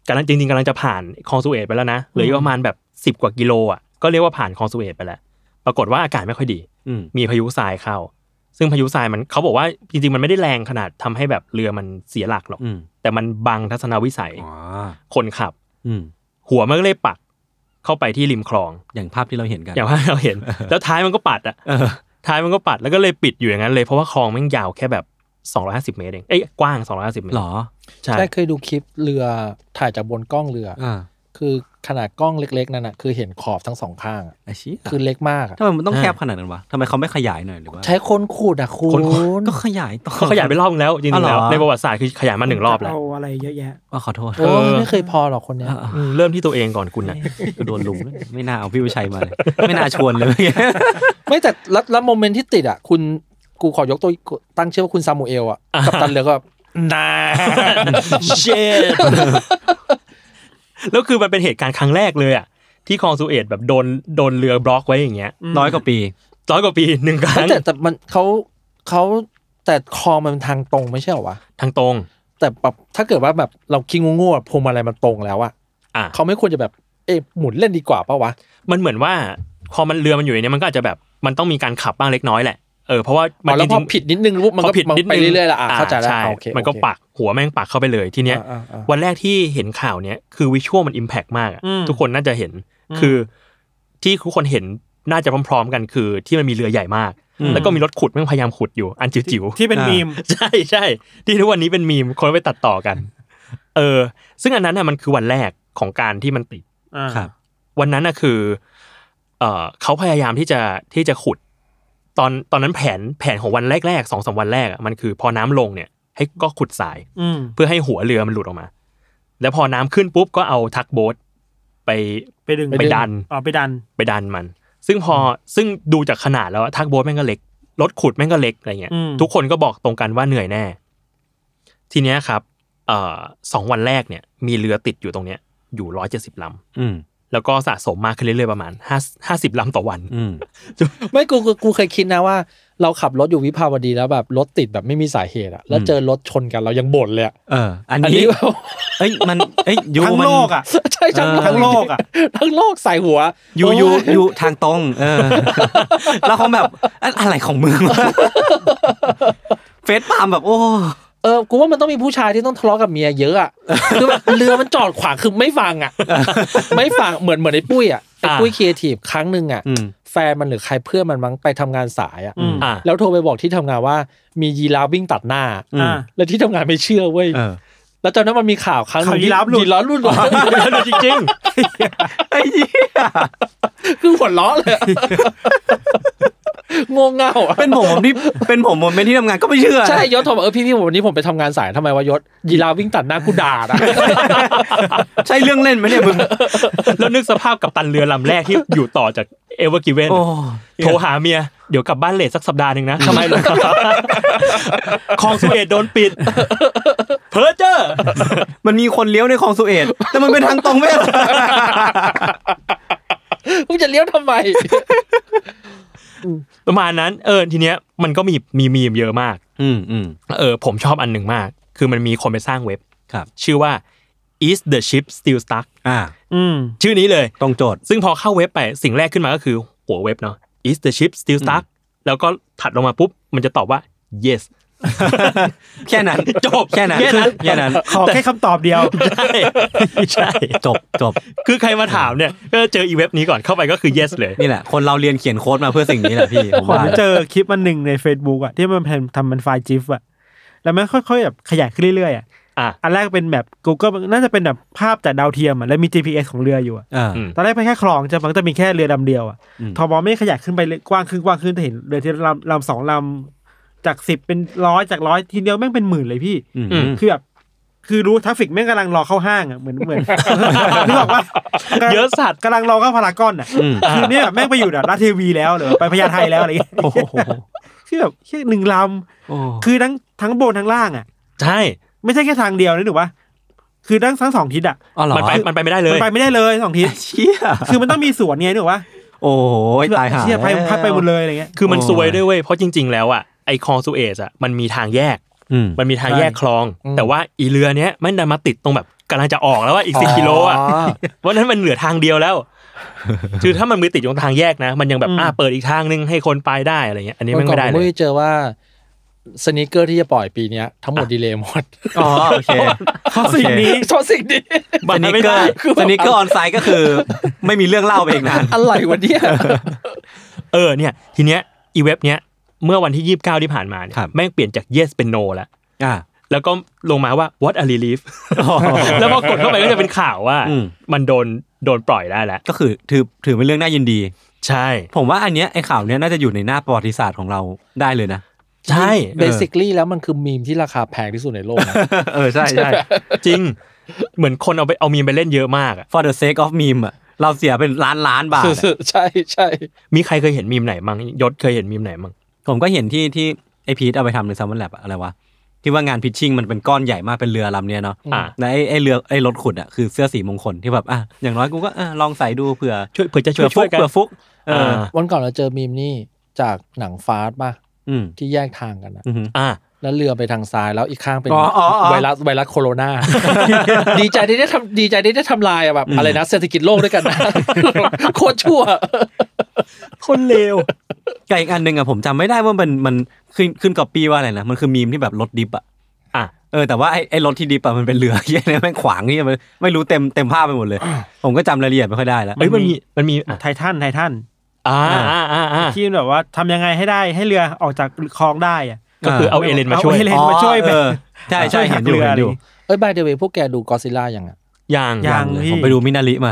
Speaker 3: กำลังจริงๆกำลังจะผ่านคลองสุเอตไปแล้วนะเหลืออยู่ประมาณแบบสิบกว่ากิโลอ่ะ ก็เรียกว่าผ่านคลองสุเอตไปแล้ว ปรากฏว่าอากาศไม่ค่อยดี
Speaker 1: อืม
Speaker 3: มีพายุทรายเข้า ซึ่งพายุทรายมันเขาบอกว่าจริงๆ มันไม่ได้แรงขนาดทำให้แบบเรือมันเสียหลักหรอก
Speaker 1: อืม
Speaker 3: แต่มันบังทัศนวิสัย
Speaker 1: อ๋อ
Speaker 3: คนขับ
Speaker 1: อืม
Speaker 3: หัวมันก็เลยปักเข้าไปที่ริมคลอง
Speaker 1: อย่างภาพที่เราเห็นกัน
Speaker 3: อย่างว่าเราเห็น แล้วท้ายมันก็ปัดอะ
Speaker 1: เออ
Speaker 3: ท้ายมันก็ปัดแล้วก็เลยปิดอยู่อย่างนั้นเลยเพราะว่าคลองแมันยาวแค่แบบ 250 เมตรเองเอ้ยกว้าง 250 เมตร
Speaker 1: หรอ
Speaker 3: ใช่
Speaker 4: ได้เคยดูคลิปเรือถ่ายจากบนกล้องเรือ
Speaker 1: อ่า
Speaker 4: คือขนาดกล้องเล็กๆนั่นนะคือเห็นขอบทั้งสองข้างอะ
Speaker 1: ไอ้เชี้
Speaker 4: คือเล็กมากอะ
Speaker 1: ทำไมมันต้องแคบขนาดนั้นวะทำไมเขาไม่ขยายหน่อยหรือว่า
Speaker 4: ใช้คนขูดอ่ะคุณ
Speaker 1: ก็ขยายต่อ
Speaker 3: เขาขยายไปรอบนึงแล้วจริ
Speaker 1: อ๋อง
Speaker 3: ๆ
Speaker 1: เหรอ
Speaker 3: แล้วในประวัติศาสตร์คือขยายมาหนึ่งรอบแล้ว
Speaker 2: เอาอะไรเยอะแยะ
Speaker 1: อ๋อขอโทษ
Speaker 4: โอ้
Speaker 3: เออ
Speaker 4: ไม่เคยพอหรอกคนเนี้ย
Speaker 1: อ่า
Speaker 3: อืมเริ่มที่ตัวเองก่อนคุณนะ
Speaker 1: ๆกูโดนลุมเลยไม่น่าเอาพี่วิชัยมาเลยไม่น่าชวนเลยเมื่อกี้
Speaker 4: ไม่แต่แล้วแล้วโมเมนต์ที่ติดอ่ะ คุณกูขอยกตัวตั้งชื่อว่าคุณซามูเอลอ่ะกับตันเรือก็แบบ
Speaker 3: นาเชดแล้วคือมันเป็นเหตุการณ์ครั้งแรกเลยอะที่คลองสุเอตแบบโดนโดนเรือบล็อกไว้อย่างเงี้ย
Speaker 1: ร้อยกว่าปี
Speaker 3: ร้อยกว่าปี หนึ่งครั้ง
Speaker 4: แต่แต่มันเขาเขาแต่คลองมันเป็นทางตรงไม่ใช่เหรอวะ
Speaker 3: ทางตรง
Speaker 4: แต่แบบถ้าเกิดว่าแบบเราคิงงงๆอะพวงมาลัยมันตรงแล้วอ่ะ
Speaker 3: อ่ะ
Speaker 4: เขาไม่ควรจะแบบเอ๊ะหมุนเล่นดีกว่าปะวะ
Speaker 3: มันเหมือนว่าพอมันเรือมันอยู่ในเนี้ยมันก็อาจจะแบบมันต้องมีการขับบ้างเล็กน้อยแหละเออเพราะว่ามั
Speaker 4: อ๋อแล้วพอผิดนิดนึงปุ๊บมันก็
Speaker 3: พอผิด
Speaker 4: มัน
Speaker 3: นิด
Speaker 4: ไป
Speaker 3: นึง
Speaker 4: เรื่อยๆละอ่ะเข้าใจแล้ว
Speaker 3: ช่
Speaker 4: อ่ะโอเค
Speaker 3: มันก็
Speaker 4: โอเค
Speaker 3: ปักหัวแม่งปักเข้าไปเลยทีเนี้ย
Speaker 4: อ่าอ่าอ่า
Speaker 3: วันแรกที่เห็นข่าวเนี้ยคือวิชวลมันอิมแพก มากอะ
Speaker 2: อืม
Speaker 3: ทุกคนน่าจะเห็น คือที่ทุกคนเห็นน่าจะพร้อมๆกันคือที่มันมีเรือใหญ่มาก
Speaker 1: อืม
Speaker 3: แล้วก็มีรถขุดแม่งพยายามขุดอยู่อันจิ๋วๆ
Speaker 2: ที่เป็นมีม
Speaker 3: ใช่ใช่ที่ทุกวันนี้เป็นมีมคนไปตัดต่อ กัน เออ ซึ่งอันนั้นน่ะมันคือวันแรกของการที่มันติด
Speaker 2: อ่า
Speaker 1: ครับ
Speaker 3: วันนั้นน่ะคือ เออเขาพยายามที่จะที่จะขุด ตอนตอนนั้นแผนแผนของวันแรกๆสองสามวันแรกอะมันคือ พอน้ำลงเนี่ย ให้ก็ขุดสาย
Speaker 2: อืม
Speaker 3: เพื่อให้หัวเรือมันหลุดออกมา แล้วพอน้ำขึ้นปุ๊บก็เอาทักโบ๊ทไป
Speaker 2: ไปดึง
Speaker 3: ไปดัน
Speaker 2: อ๋อไปดัน
Speaker 3: ไปดันมัน ซึ่งพอซึ่งดูจากขนาดแล้วอะทักโบ๊ทแม่งก็เล็ก รถขุดแม่งก็เล็กอะไรเงี้ย
Speaker 2: อืม
Speaker 3: ทุกคนก็บอกตรงกันว่าเหนื่อยแน่ ทีเนี้ยครับเอ่อสองวันแรกเนี่ย มีเรือติดอยู่ตรงเนี้ย อยู่ร้อยเจ็ดสิบล
Speaker 1: อืม
Speaker 3: ำ แล้วก็สะสมมากขึ้นเรื่อยๆประมาณห้าห้าสิบลำต่อวัน
Speaker 1: อืม
Speaker 4: ไม่กูกูกูเคยคิดนะว่า เราขับรถอยู่วิภาวดีแล้วแบบรถติดแบบไม่มีสาเหตุอะแล้วเจอรถชนกันเรายังบ่นเลยอะ
Speaker 1: เออ อัน
Speaker 4: อัน
Speaker 1: นี้
Speaker 4: นี้แบบ
Speaker 1: เอ้ยมันเอ้ยยู
Speaker 2: ทั้ง
Speaker 1: มัน
Speaker 2: โลกอ่ะ
Speaker 4: ใช่ทั้งโลก
Speaker 2: ทั้งโลกอะ
Speaker 4: ทั้งโลกใส่หัว
Speaker 1: ยู
Speaker 4: โอ้
Speaker 1: ยูยูทางตรง เอ อ แล้วเขาแบบอันอะไรของมึงวะเฟซปาล์มแบบ โอ้
Speaker 4: เออกูว่ามันต้องมีผู้ชายที่ต้องทะเลาะกับเมียเยอะอะคือแบบเรือมันจอดขวางคือไม่ฟังอะไม่ฟังเหมือนเหมือนไอ้ปุ้ยอะไอ้ปุ้ยครีเอทีฟครั้งหนึ่งอะ
Speaker 1: อืม
Speaker 4: แฟนมันหรือใครเพื่อนมันมั้งไปทำงานสายอะ
Speaker 2: อืม
Speaker 3: อ่า
Speaker 4: แล้วโทรไปบอกที่ทำงานว่ามียีราฟวิ่งตัดหน้า
Speaker 1: อืม
Speaker 2: อ่า
Speaker 4: แล้วที่ทำงานไม่เชื่อเว้ย
Speaker 1: เออ
Speaker 4: แล้วตอนนั้นมันมีข่าวครั้งหนึ่ง
Speaker 2: ข่าวยีราฟหลุด
Speaker 4: ยีราฟหลุดเหรอ
Speaker 3: จริง
Speaker 1: ไอ้เหี้ย
Speaker 4: คือหัวล้อเลยอะงงเง่าอะ
Speaker 1: เป็นผมผมที่เป็นผมผมเป็นที่ทำงานก็ไม่เชื่อ
Speaker 4: ใช่ยศโทรมาเออพี่พี่ผมวันนี้ผมไปทำงานสายทำไมวะยศยีราฟวิ่งตัดหน้ากูด่านะ
Speaker 1: ใช่เรื่องเล่นไหมเนี่ยมึง
Speaker 3: ๆ แล้วนึกสภาพกับตันเรือลำแรกที่อยู่ต่อจากเอเวอร์กิเวน
Speaker 1: โอ้
Speaker 3: โทรหาเมีย เดี๋ยวกลับบ้านเลทสักสัปดาห์หนึ่งนะทำไมเหรอ คลองสุเอตโดนปิด เพอเจอร์
Speaker 1: มันมีคนเลี้ยวในคลองสุเอตแต่มันเป็นทางตรงไม่ใช่เหรอ
Speaker 4: กูจะเลี้ยวทำไม
Speaker 3: ประมาณนั้น เออ ทีเนี้ยมันก็มีมีมีมเยอะมาก
Speaker 1: อืมอืม
Speaker 3: เออ ผมชอบอันหนึ่งมาก คือมันมีคนไปสร้างเว็บ
Speaker 1: ครับ
Speaker 3: ชื่อว่า is the ship still stuck
Speaker 1: อ่า
Speaker 2: อืม
Speaker 3: ชื่อนี้เลย
Speaker 1: ตรงโจทย์
Speaker 3: ซึ่งพอเข้าเว็บไปสิ่งแรกขึ้นมาก็คือหัวเว็บเนาะ is the ship still stuck แล้วก็ถัดลงมาปุ๊บ มันจะตอบว่า yes
Speaker 1: แค่นั้น
Speaker 3: จบ
Speaker 1: แค่นั้น
Speaker 3: แค่นั้น
Speaker 1: แค่นั้น
Speaker 2: ขอแค่คำตอบเดียว
Speaker 3: ใช่ใช่
Speaker 1: จบจบ
Speaker 3: คือใครมาถามเนี่ย ก็เจออีเว็บนี้ก่อนเข้าไปก็คือ yes เลย
Speaker 1: นี่แหละ คนเราเรียนเขียนโค้ดมาเพื่อสิ่งนี้แหละพี่ผม
Speaker 2: ผม
Speaker 1: ว่า
Speaker 2: เจอคลิปมันหนึ่งใน Facebook อ่ะที่มันทำเป็นไฟล์จิฟอ่ะแล้วมันค่อยๆแบบขยายขึ้นเรื่อยๆอ่ะ
Speaker 3: อ่ะ
Speaker 2: อันแรกเป็นแบบ Google น่าจะเป็นแบบภาพจากดาวเทียมอ่ะแล้วมี GPS ของเรืออยู่อ่ะ
Speaker 1: เออ
Speaker 3: อืม
Speaker 2: ตอนแรกเป็นแค่คลองจะมันจะมีแค่เรือลำเดียวอ่ะ
Speaker 1: อืม
Speaker 2: ทอบอไม่ขยายขึ้นไปเลยกว้างขึ้นกว้างขึ้นจะเห็นเรือที่ลำลำสองลำจากสิบเป็นร้อยจากร้อยทีเดียวแม่งเป็นหมื่นเลยพี่
Speaker 1: อืม
Speaker 2: คือแบบคือรู้ทราฟฟิกแม่งกำลังรอเข้าห้างอ่ะเหมือนเหมือน นึกออกปะกำลัง
Speaker 3: เยอะสัตว์
Speaker 2: กำลังรอเข้าพารากอนอ่ะ
Speaker 1: อืม
Speaker 2: คือเนี่ยแบบแม่งไปอยู่แบบราชเทวีแล้วหรือไปพญาไทแล้วอะไรอย่างเงี้ย
Speaker 1: โอ้โห
Speaker 2: คือแบบแค่หนึ่งล
Speaker 1: โอ้
Speaker 2: ำคือทั้งทั้งบนทั้งล่างอ่ะ
Speaker 3: ใช่
Speaker 2: ไม่ใช่แค่ทางเดียวนะหนูว่าคือทั้งทั้งสองทิศอ่ะ
Speaker 1: อ๋อเหรอ
Speaker 3: มันไปมันไปไม่ได้เล
Speaker 2: มั
Speaker 3: ย
Speaker 2: นไปไม่ได้เลยสองทิศ
Speaker 1: เชี่ย
Speaker 2: คือมันต้องมีสวนไงหนูว่า
Speaker 1: โอ้โหตายหา
Speaker 2: เชี่ยไป
Speaker 1: แล้ว
Speaker 2: พัดไปหมดเลยอะไรเงี้ย
Speaker 3: คือมันซวยด้วยเว้ยเพราะจริง ๆ แล้วอ่ะไอคลองสุเอตอ่ะมันมีทางแยก
Speaker 1: อืม
Speaker 3: มันมีทางแยกคลอง
Speaker 4: อืม
Speaker 3: แต่ว่าอีเรือเนี้ยมันดันมาติดตรงแบบกำลังจะออกแล้วว่าอีกสิบกิโลอ่ะ
Speaker 4: อ๋อ
Speaker 3: เพราะฉะนั้นมันเหลือทางเดียวแล้ว คือถ้ามันมือติดอยู่ตรงทางแยกนะ มันยังแบบ
Speaker 2: อืม
Speaker 3: อ่าเปิดอีกทางนึงให้คนไปได้อะไรเงี้ยอันนี้
Speaker 4: วั
Speaker 3: แม่ง
Speaker 4: ก่อน
Speaker 3: ไม่ได้
Speaker 4: ผม
Speaker 3: เล
Speaker 4: เพิ่
Speaker 3: ย
Speaker 4: งเจอว่าสนิเกอร์ที่จะปล่อยปีเนี้ยทั้งหมดดีเลย์หมด
Speaker 1: อ๋อโอเค
Speaker 2: เพราะสิ่งนี้
Speaker 4: ชอบสิ่งนี้
Speaker 1: ส
Speaker 3: บัตร
Speaker 1: นิก
Speaker 3: ไม่
Speaker 1: เกอ
Speaker 3: ได้
Speaker 1: ร์สนิกเกอร์ออนไซต์ก็คือ ไม่มีเรื่องเล่าไปอีกนาน
Speaker 4: อะไรวะเนี่ย
Speaker 3: เออเนี่ยทีเนี้ยอีเว็บเนี้ยเมื่อวันที่ 29 ที่ผ่านมาเนี่ย
Speaker 1: ครับ
Speaker 3: แม่งเปลี่ยนจาก yes เป็น no แล้ว
Speaker 1: อ่า
Speaker 3: แล้วก็ลงมาว่า what a relief แล้วพอกดเข้าไปก็จะเป็นข่าวว่า
Speaker 1: อืม
Speaker 3: มันโดนโดนปล่อยได้แล้ว
Speaker 1: ก็คือถือถือเป็นเรื่องน่ายินดี
Speaker 3: ใช่
Speaker 1: ผมว่าอันเนี้ยไอ้ข่าวเนี้ยน่าจะอยู่ในหน้าประวัติศาสตร์ของเราได้เลยนะ
Speaker 3: ใช่
Speaker 4: เบสิคลี่แล้วมันคือมีมที่ราคาแพงที่สุดในโลกนะ
Speaker 1: เออใช่ใช่
Speaker 3: จริง เหมือนคนเอาไปเอามีมไปเล่นเยอะมากอะ
Speaker 1: for the sake of meme อะเราเสียเป็นล้านล้านบาทอะ
Speaker 4: ใช่ใช่
Speaker 3: มีใครเคยเห็นมีมไหนมั่งยศเคยเห็นมีมไหนมั่ง
Speaker 1: ผมก็เห็นที่ที่ไอพีทเอาไปทำในซัมเมอร์แลบอะไรวะ ที่ว่างานพิชชิ่งมันเป็นก้อนใหญ่มากเป็นเรือลำเนี้ยเนาะ
Speaker 3: อ่า
Speaker 1: และไอไอเรือไอรถขุดอะคือเสื้อสีมงคลที่แบบอ่ะอย่างน้อยกูก็อ่ะลองใส่ดูเผื่อ
Speaker 3: ช่วยเผื่อจะช่
Speaker 1: เผื่อย ฟุ
Speaker 3: วช่ว
Speaker 1: ก
Speaker 3: ยกัน
Speaker 1: เผื่อฟุกเอออ
Speaker 4: วันก่อนเราเจอมีมนี่จากหนังฟาสต์ป่ะ
Speaker 1: อืม
Speaker 4: ที่แยกทางกันนะ
Speaker 1: อือหือ
Speaker 3: อ่า
Speaker 4: แล้วเรือไปทางซ้ายแล้วอีกข้างเป็น
Speaker 1: อ๋ออ๋ออ๋อ
Speaker 4: ไวรัสไวรัสโคโรนา ดีใจที่ได้ทำดีใจที่ได้ทำลายอะแบบอะไรนะเศรษฐกิจโลกด้วยกันนะ โคตรชั่ว
Speaker 3: คนเลว
Speaker 1: กับอีกอันหนึ่งอะผมจำไม่ได้ว่ามันมันขึ้นขึ้นกับปีว่าอะไรนะมันคือมีมที่แบบรถดิฟอะ
Speaker 3: อ่ะ
Speaker 1: เออแต่ว่าไอ้ไอ้รถที่ดิฟอะมันเป็นเรือ เหี้ยเนี่ยแม่งขวางนี่มันไม่รู้เต็มเต็มภาพไปหมดเลย ผมก็จำรายละเอียดไม่ค่อยได้แล้ว
Speaker 3: เอ้ยมันมีมันมีอ่ะ
Speaker 2: ไททันไททัน
Speaker 3: อ่าอ่าอ่าอ่า
Speaker 2: ที่แบบว่าทำยังไงให้ได้ให้เรือออกจากคลองได้อะ
Speaker 3: ก็คือเอาเอเลนมาช่วย
Speaker 2: เอาเอเลน มาช่วย
Speaker 1: อ๋อเออใช่ใช่
Speaker 2: ช่วยหั
Speaker 1: เห็
Speaker 2: ก
Speaker 1: นอยู่
Speaker 2: เรือ
Speaker 1: เห็นอยู่
Speaker 2: นี่
Speaker 4: เอ้ยบายเดเวพวกแกดูกอซิล่ายังอะ
Speaker 3: อย่าง
Speaker 2: ยั
Speaker 1: เลย
Speaker 2: พี่
Speaker 1: ผมไปดูมินาริมา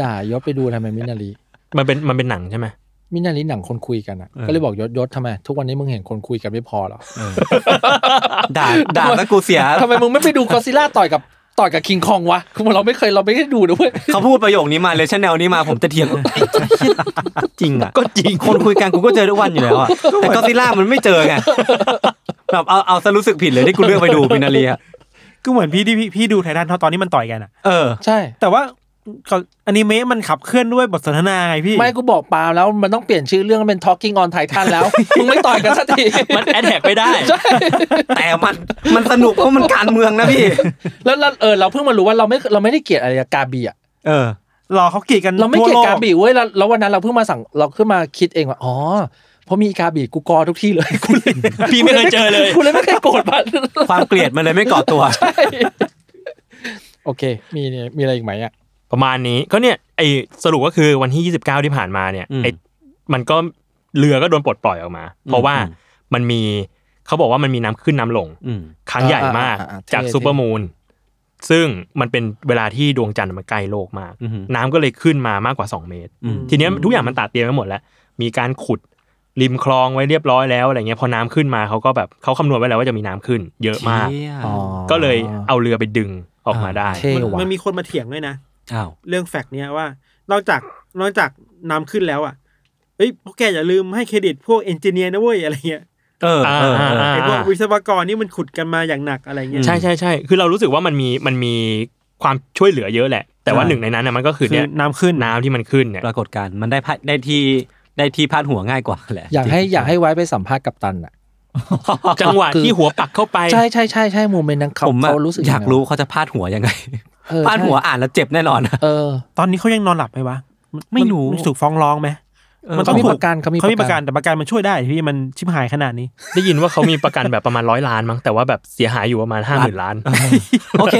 Speaker 4: ด่ายศไปดูทำไมมินารี
Speaker 3: มันเป็นมันเป็นหนังใช่ไหม
Speaker 4: มินารีหนังคนคุยกันอะ
Speaker 1: เออ
Speaker 4: ก็เลยบอกยศยศทำไม ทุกวันนี้มึงเห็นคนคุยกันไม่พอเหรอ
Speaker 1: ด่าด่าแล้วกูเสีย
Speaker 4: ทำไมมึงไม่ไปดูกอซิล่าต่อยกับต่อยกับคิงคองวะคือเราไม่เคยเราไม่ได้ดูนะเว้ย
Speaker 1: เขาพูดประโยคนี้มาเลยชแนลนี้มาผมจะเถียงจริงอ่ะ ก็จริงคนคุยกันกูก็เจอทุกวันอยู่แล้วอะแต่ก็ซิล่ามันไม่เจอไงแบบเอาเอาซะรู้สึกผิดเลยที่กูเลือกไปดูมินาริอะ
Speaker 2: ก็เหมือนพี่ที่พี่พี่ดูไททันตอนนี้มันต่อยกันอะ
Speaker 1: เออ
Speaker 4: ใช่
Speaker 2: แต่ว่าอนิเมะมันขับเคลื่อนด้วยบทสนทนาไงพี่
Speaker 4: ไม่กูบอกปาล์มแล้วมันต้องเปลี่ยนชื่อเรื่องเป็น Talking on Titan แล้ว มึงไม่ต่อยกันสักที
Speaker 3: มันแอดแท็กไม่ได้
Speaker 4: ใช่
Speaker 1: แต่มันมันสนุกเพราะมันการเมืองนะพี่
Speaker 4: แล้วแล้วเออเราเพิ่งมารู้ว่าเราไม่เราไม่ได้เกลียดอะไรกับกาบีอ่ะ
Speaker 1: เออ
Speaker 2: รอเขากรีดกัน
Speaker 4: เราไม่เกลีย
Speaker 2: ทั่
Speaker 4: ด
Speaker 2: วโ
Speaker 4: กาบีเว้ยแล้วแล้ววันนั้นเราเพิ่งมาสั่งเราขึ้นมาคิดเองว่าอ๋อเพราะมีกาบีกูกอทุกที่เลยกูเลย
Speaker 3: พี่ไม่เคยเจอเลย
Speaker 4: กูเลยไม่เคยโกรธมัน
Speaker 1: ความเกลียดมันเลยไม่ก่อตัว
Speaker 4: โอเค มีเนี่ยมีอะไรอีกไหมอ่ะ
Speaker 3: ประมาณนี้ก็เนี่ยไอสรุปก็คือวันที่ 29 ที่ผ่านมาเนี่ย
Speaker 1: อืม
Speaker 3: ไอมันก็เรือก็โดนปลดปล่อยออกมา เพราะว่า
Speaker 1: อืม
Speaker 3: มันมีเขาบอกว่ามันมีน้ำขึ้นน้ำลง
Speaker 1: อืม
Speaker 3: ครั้งใหญ่มาก
Speaker 4: อ่อ่อ่
Speaker 3: จาก
Speaker 4: ท่
Speaker 3: ซูเปอร์มูนซึ่งมันเป็นเวลาที่ดวงจันทร์มันใกล้โลกมาก
Speaker 1: อือฮึ
Speaker 3: น้ำก็เลยขึ้นมามากกว่า 2 เมตร
Speaker 1: อืม
Speaker 3: ทีเนี้ยทุกอย่างมันตัดเตรียมไว้หมดแล้ว มีการขุดริมคลองไว้เรียบร้อยแล้วอะไรเงี้ยพอน้ำขึ้นมาเขาก็แบบเขาคำนวณไว้แล้วว่าจะมีน้ำขึ้น เยอะมาก
Speaker 1: เชี่ย
Speaker 4: อ๋อ
Speaker 3: ก็เลยเอาเรือไปดึงออกมาได้
Speaker 4: เท่
Speaker 2: มัน
Speaker 4: ว่ะ
Speaker 2: มันมีคนมาเถียงด้วยนะ
Speaker 1: อ้าว
Speaker 2: เรื่องแฟกต์เนี้ยว่า นอกจากนอกจากน้ำขึ้นแล้วอ่ะเอ้ยพวกแกอย่าลืมให้เครดิตพวกเอนจิเนียร์นะเว้ยอะไรเงี้ย
Speaker 1: เออเออเออ
Speaker 3: อ่า
Speaker 2: ไอ้พวกวิศวกรนี่มันขุดกันมาอย่างหนักอะไร
Speaker 1: อื
Speaker 2: เงี้ย
Speaker 1: ม
Speaker 3: ใช่ใช่ใช่คือเรารู้สึกว่ามันมีมันมีความช่วยเหลือเยอะแหละ แต่ว่าหนึ่งในนั้นน่ะมันก็คือ
Speaker 2: คื
Speaker 3: เนี่
Speaker 2: อย น้ำขึ้น
Speaker 3: น้ำที่มันขึ้นเนี่ย
Speaker 1: ปรากฏการณ์มันได้พาได้ที่ได้ที่พาดหัวง่ายกว่าแหละ
Speaker 4: อยากให้
Speaker 1: จริงๆ
Speaker 4: อยากให้ไว้ไปสัมภาษณ์กับตันอ่ะ
Speaker 3: จังหวะที่หัวปักเข้าไป
Speaker 4: ใช่ใช่ใช่ใช่โมเมนต์นั้นเขา
Speaker 1: ผมอะ
Speaker 4: เขารู้สึก
Speaker 1: อยาก
Speaker 4: งไง
Speaker 1: รู้
Speaker 4: วะ
Speaker 1: เขาจะพาดหัวยังไง
Speaker 4: เออ
Speaker 1: พาดหัว
Speaker 4: ใช่
Speaker 1: อ่านแล้วเจ็บแน่นอนนะ
Speaker 4: เออ
Speaker 2: ตอนนี้เขายังนอนหลับไหมวะน
Speaker 1: ไม่รู้
Speaker 2: นถูกฟ้องร้องไหม
Speaker 1: เออ
Speaker 2: มันต้อง
Speaker 4: เขามี
Speaker 2: ถู
Speaker 4: ประกันเขามี
Speaker 2: เขามีป
Speaker 4: ประ ระ
Speaker 2: กั
Speaker 4: กั
Speaker 2: น นแต่ประกันมันช่วยได้พี่มันชิบหายขนาดนี้
Speaker 3: ได้ยินว่าเขามีประกันแบบประมาณร้อยล้านมั้งแต่ว่าแบบเสียหายอยู่ประมาณห้าหมื่นล้าน
Speaker 1: โอเค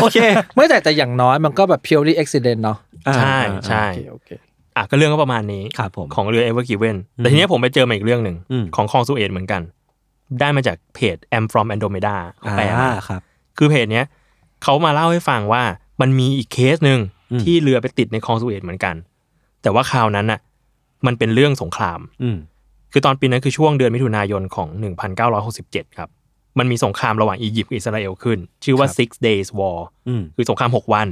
Speaker 1: โอเค
Speaker 4: ไม่แต่แต่อย่างน้อยมันก็แบบ purely accident เนาะ
Speaker 3: ใช่ใช่
Speaker 4: โอเคโอเค
Speaker 3: อ่ะก็เรื่องก็ประมาณนี้
Speaker 1: ครับผม
Speaker 3: ของเรือเอเวอร์กิเวนแต่
Speaker 1: อืม
Speaker 3: ทีเนี้ยผมไปเจอมาอีกเรื่องหนึ่ง
Speaker 1: อืม
Speaker 3: ของคองซูเอตเหมือนกัน ได้มาจากเพจ am from andromeda เขาแปล
Speaker 1: อ่า
Speaker 3: มา
Speaker 1: ครับ
Speaker 3: คือเพจเนี้ยเขามาเล่าให้ฟังว่ามันมีอีกเคสหนึ่ง
Speaker 1: อืม
Speaker 3: ที่เรือไปติดในคองซูเอตเหมือนกัน แต่ว่าคราวนั้นน่ะมันเป็นเรื่องสงคราม
Speaker 1: อืม
Speaker 3: คือตอนปีนั้นคือช่วงเดือนมิถุนายนของ 1967 ครับ มันมีสงครามระหว่างอียิปต์กับอิสราเอลขึ้น ชื่อว่า six days war
Speaker 1: อืม
Speaker 3: คือสงคราม 6 วัน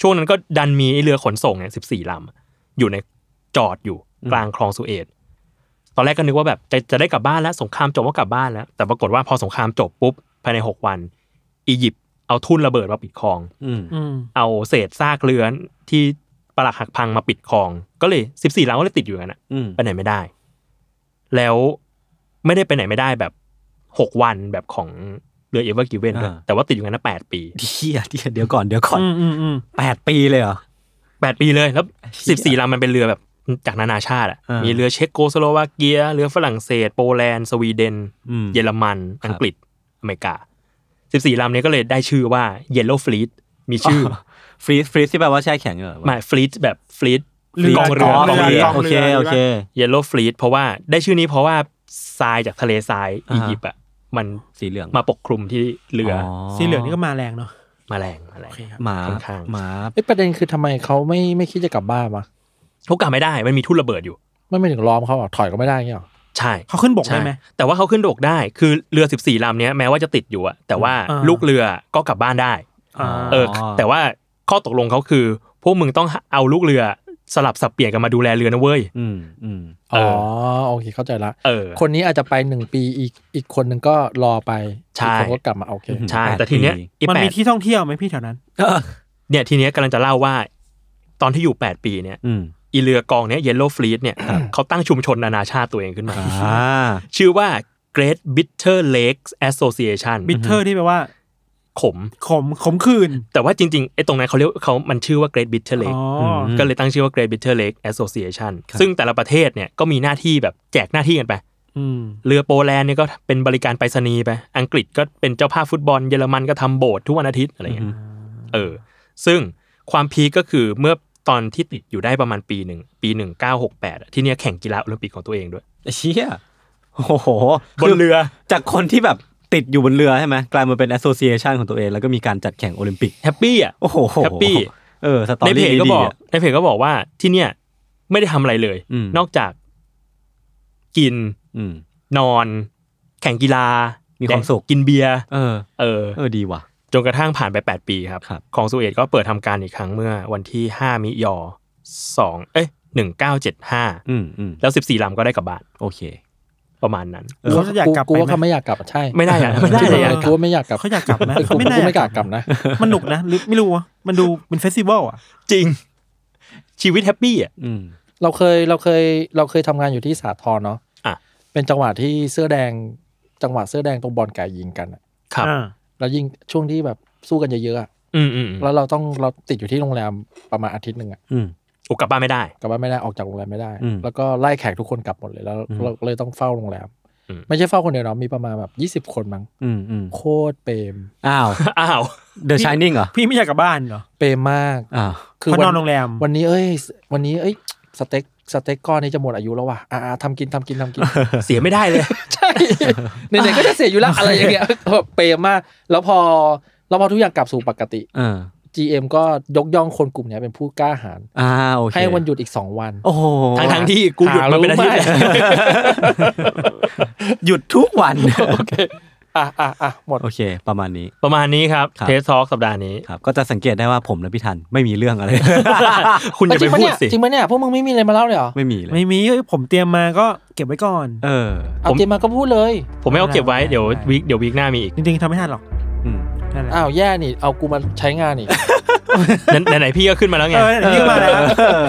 Speaker 3: ช่วงนั้นก็ดันมีไอ้เรือขนส่งเนี่ย14 ลำ อยู่ในจอดอยู่กลางคลองสุเอต ตอนแรกก็นึกว่าแบบจะจะได้กลับบ้านแล้ว สงครามจบก็กลับบ้านแล้ว แต่ปรากฏว่าพอสงครามจบปุ๊บ ภายใน 6 วัน อียิปต์เอาทุ่นระเบิดมาปิดคลอง
Speaker 1: อืม
Speaker 2: อืม
Speaker 3: เอาเศษซากเรือที่ปลักหักพังมาปิดคลอง ก็เลย 14ลำก็เลยติดอยู่อย่างนั้นอะ
Speaker 1: อืม
Speaker 3: ไปไหนไม่ได้ แล้วไม่ได้ไปไหนไม่ได้แบบหกวันแบบของเรือเอเวอร์กิเวนแต่ว่าติดอยู่งั้นนะแปดปี
Speaker 1: เดียเดียเดี๋ยวก่อนเดี๋ยวก่อน
Speaker 2: อืมอืมอืม
Speaker 1: แปดปีเลยเหรอ
Speaker 3: แปดปีเลยแล้วสิบสี่ลำมันเป็นเรือแบบจากนานาชาติอะ
Speaker 1: อ่ามี
Speaker 3: มีเรือเช็กโกสโลวาเกีย เรือฝรั่งเศส โปแลนด์ สวีเดน
Speaker 1: อืม
Speaker 3: เยอรมัน
Speaker 1: ครับ
Speaker 3: อังกฤษ อเมริกาสิบสี่ลำนี้ก็เลยได้ชื่อว่า Yellow Fleet มีชื่อ
Speaker 1: ฟรีฟรีที่แปลว่าแช่แข็งเหรอ
Speaker 3: หมาย Fleet แบบ Fleet
Speaker 2: เรือก
Speaker 3: องเรือก
Speaker 1: องเรือก
Speaker 2: อง
Speaker 1: โอ
Speaker 2: เรื
Speaker 1: เค
Speaker 2: อ
Speaker 1: โอเค
Speaker 3: เยลโล่ฟลีดเพราะว่าได้ชื่อนี้เพราะว่าทรายจากทะเลทรายอียิปต์อ่ะมัน
Speaker 1: สีเหลือง
Speaker 3: มาปกคลุมที่เรืออ
Speaker 2: สีเหลืองนี่ก็มาแรงเนาะ
Speaker 3: มาแรงมาแรง
Speaker 1: หมา
Speaker 3: ค่อนข้าง
Speaker 1: หมา
Speaker 4: เอ้ยประเด็นคือทำไมเขาไม่ไม่คิดจะกลับบ้านมา
Speaker 3: เขากลับไม่ได้มันมีทุ่นระเบิดอยู่
Speaker 4: ไม่ไม่ถึงล้อมเขาอ่ะถอยก็ไม่ได้เงี้ยหรอ
Speaker 3: ใช่
Speaker 2: เขาขึ้นบกได้
Speaker 3: ใช่
Speaker 2: ไหม
Speaker 3: แต่ว่าเขาขึ้นดกได้คือเรือ 14ลำเนี้ยแม้ว่าจะติดอยู่อะแต่ว่า
Speaker 2: อ่า
Speaker 3: ลูกเรือก็กลับบ้านได้ เออ แต่ว่าข้อตกลงเขาคือ พวกมึงต้องเอาลูกเรือสลับสับเปลี่ยนกันมาดูแลเรือนะเว้ย
Speaker 1: อืมอืม
Speaker 3: เอ
Speaker 4: อ๋อ
Speaker 3: อ
Speaker 4: โอเคเข้าใจละ
Speaker 3: เออ
Speaker 4: คนนี้อาจจะไปหนึ่งปีอีกอีกคนหนึ่งก็รอไป
Speaker 3: ใช่
Speaker 4: อีกคนก็กลับมาโอเค
Speaker 3: ใช่แต่ทีเนี้ยอี
Speaker 2: มัน
Speaker 3: แป
Speaker 2: มี
Speaker 3: ด
Speaker 2: ที่ท่องเที่ยวไหมพี่แถวนั้น
Speaker 3: เนี่ยทีเนี้ยกำลังจะเล่าว่า ตอนที่อยู่ 8 ปีเนี่ย
Speaker 1: อืม
Speaker 3: อีเรือกองเนี้ยเยลโล่ฟลีดเนี่ยเขาตั้งชุมชนนานาชาติตัวเองขึ้นมา
Speaker 1: อ่า
Speaker 3: ชื่อว่า Great Bitter Lakes Association
Speaker 2: บิทเทอร์ที่แปลว่า
Speaker 3: ขม
Speaker 2: ขมขมขื่น
Speaker 3: แต่ว่าจริงๆไอ้ตรงนั้นเขาเรียกเขามันชื่อว่า Great Bitter
Speaker 2: อ๋
Speaker 3: Lake
Speaker 2: อ
Speaker 1: ม
Speaker 3: ก็เลยตั้งชื่อว่า Great Bitter Lake Association
Speaker 1: ครับ
Speaker 3: ซึ่งแต่ละประเทศเนี่ยก็มีหน้าที่แบบแจกหน้าที่กันไป
Speaker 2: อืม
Speaker 3: เรือโปแลนด์เนี่ยก็เป็นบริการไปรษณีย์ไป อังกฤษก็เป็นเจ้าภาพฟุตบอล เยอรมันก็ทำโบสถ์ทุกวันอาทิตย์อะไรเงี้ย เออ ซึ่งความพีคก็คือเมื่อตอนที่ติดอยู่ได้ประมาณปีหนึ่ง ปี 1968อะที่เนี่ยแข่งกีฬาโอลิมปิกของตัวเอง ด้วย
Speaker 1: เชี่ยโอ้โห
Speaker 3: บนเรือ
Speaker 1: จากคนที่แบบติดอยู่บนเรือใช่ไหมกลายมาเป็น association ของตัวเอง แล้วก็มีการจัดแข่งโอลิมปิก
Speaker 3: แฮปปี้อ่ะ
Speaker 1: โอ้โห
Speaker 3: แฮปปี้
Speaker 1: เออสตอ
Speaker 3: ในเพ
Speaker 1: รี่
Speaker 3: จก็
Speaker 1: ดี
Speaker 3: บอ
Speaker 1: ๆ
Speaker 3: ก
Speaker 1: อ่ะ
Speaker 3: ในเพจก็บอกว่าที่เนี่ยไม่ได้ทำอะไรเลย
Speaker 1: อืม
Speaker 3: นอกจากกิน
Speaker 1: อืม
Speaker 3: นอน แข่งกีฬา มี
Speaker 1: ความสุข
Speaker 3: กินเบียร์
Speaker 1: เออ
Speaker 3: เออ
Speaker 1: เออดีว่ะ
Speaker 3: จนกระทั่งผ่านไป 8 ปีครับ
Speaker 1: ครับ
Speaker 3: ของสวีเอตก็เปิดทำการอีกครั้งเมื่อวันที่ 5 มิยอ2เอ้ย1975
Speaker 1: อืมอืม
Speaker 3: แล้ว 14ลำก็ได้กลับบ้าน
Speaker 1: โอเค
Speaker 3: ประมาณนั้น
Speaker 1: เออ
Speaker 2: เขาจะอยากกลับ
Speaker 4: กูว่า
Speaker 2: ไป
Speaker 4: เขา
Speaker 2: ไหม
Speaker 4: ไม่อยากกลับอะใช่
Speaker 3: ไม่ได้อะไม่ได้เลยอะ
Speaker 4: กูว่าไม่อยากกลับ
Speaker 2: เขาอยากกลับนะ
Speaker 4: แต่กู
Speaker 2: ไม่น่า
Speaker 4: กูไม่อยากกลับนะ
Speaker 2: มันหนุกนะหรือไม่รู้วะมันดูเป็นเฟสติวัลอ่ะ
Speaker 3: จริง ชีวิตแฮปปี้อ่ะ
Speaker 1: อืม
Speaker 4: เราเคยเราเคยเราเคยทำงานอยู่ที่สาทรเนาะ
Speaker 3: อ่ะ
Speaker 4: เป็นจังหวะที่เสื้อแดงจังหวะเสื้อแดงตรงบอลไก่ยิงกันอะ
Speaker 3: ครับ
Speaker 4: แล้วยิงช่วงที่แบบสู้กันเยอะๆอะ
Speaker 3: อืมอืม
Speaker 4: แล้วเราต้องเราติดอยู่ที่โรงแรมประมาณอาทิตย์หนึ่งอะ
Speaker 1: อืม
Speaker 3: โอกลับบ้านไม่ได้
Speaker 4: กลับบ้านไม่ได้ออกจากโรงแรมไม่ได้
Speaker 1: อืม
Speaker 4: แล้วก็ไล่แขกทุกคนกลับหมดเลยแล้ว
Speaker 1: อืม
Speaker 4: เราเลยต้องเฝ้าโรงแรม
Speaker 3: อืม
Speaker 4: ไม่ใช่เฝ้าคนเดียวเนาะมีประมาณแบบยี่สิบ20 คนมั้ง
Speaker 1: อืมอืม
Speaker 4: โคตรเปรม
Speaker 1: อ้าว
Speaker 3: อ้าว
Speaker 1: The Shining เหรอ
Speaker 2: พี่ไม่อยากกลับบ้านเหรอ
Speaker 4: เปรมมาก
Speaker 1: อ้าว
Speaker 4: คือ
Speaker 2: เขา
Speaker 4: วัน
Speaker 2: อน นโรงแรม
Speaker 4: วันนี้เอ้ย วันนี้เอ้ยสเต็กสเต็กก้อนนี้จะหมดอายุแล้วว่ะอ่าทำกินทำกินทำกิน
Speaker 3: เสียไม่ได้เลย
Speaker 4: ใช่ไหนๆก็จะเสียอยู่แล้วอะไรอย่างเงี้ยแบบเปรมมาก แล้วพอแล้วพอทุกอย่างกลับสู่ปกติ
Speaker 1: เออ
Speaker 4: GM ก็ยกย่องคนกลุ่มเนี้ยเป็นผู้กล้าหาญ
Speaker 1: อ่าโอเค
Speaker 4: ให้วันหยุดอีก 2 วัน
Speaker 1: โอ้โห
Speaker 3: ทั้งทั้งๆที่กูหยุดมาเป็นอาทิตย์
Speaker 4: หารู้ไหม
Speaker 1: หยุดทุกวัน
Speaker 4: โอเค อ่ะอ่ะอ่ะหมด
Speaker 1: โอเค ประมาณนี้
Speaker 3: ประมาณนี้ครับ
Speaker 1: ครับ
Speaker 3: เทสทอล์กสัปดาห์นี้
Speaker 1: ครับ ก็จะสังเกตได้ว่าผมและพี่ทันไม่มีเรื่องอะไร
Speaker 3: คุณอย่าไปพูดสิ
Speaker 4: จริงปะเนี่ยจริงปะเนี่ยพวกมึงไม่มีอะไรมาเล่าเลยเหรอ
Speaker 1: ไม่มีเลย
Speaker 2: ไม่มีเอ้ยผมเตรียมมาก็เก็บไว้ก่อน
Speaker 1: เออ
Speaker 4: เอา
Speaker 3: ผม
Speaker 4: เตรียมมาก็พูดเลย
Speaker 3: ผมไม่เอาเก็บไว้เดี๋ยว
Speaker 2: ได้
Speaker 3: วีคเดี๋ยววีคหน้ามีอีก
Speaker 2: จริงๆทำไม่ทันหรอก
Speaker 1: อืม
Speaker 2: นั่นแหละ
Speaker 4: อ้าวแย่นี่เอากูมาใช้งานนี่
Speaker 3: นั้นไหนๆพี่ก็ขึ้นมาแล้วไง
Speaker 2: เออเดี๋ยวพี่มาแล้ว
Speaker 1: เออ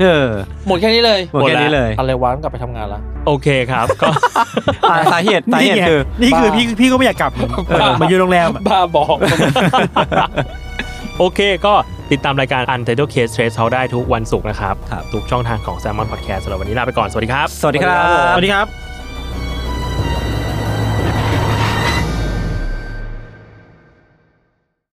Speaker 1: เออ
Speaker 4: หมดแค่นี้เลย
Speaker 1: หมดแค่นี้เลย
Speaker 4: อะไรวะกลับไปทำงานละ
Speaker 3: โอเคครับก็
Speaker 1: อ่าสาเหตุสาเห
Speaker 2: นี่
Speaker 1: ตุ
Speaker 2: ไง
Speaker 1: คือ
Speaker 2: นี่คือ
Speaker 4: บ้า
Speaker 2: พี่พี่ก็ไม่อยากกลับเหมือนเหมันอยู่โรงแรมอะ
Speaker 4: บ้าบอก
Speaker 3: โอเคก็ติดตามรายการ Untitled Case Trace เขาได้ทุกวันศุกร์นะครับ
Speaker 1: ครับ
Speaker 3: ทุกช่องทางของ Salmon Podcast สำหรับวันนี้ลาไปก่อน สวัสดีครับ
Speaker 1: สวัสดีครับ
Speaker 2: สวัสดีครับ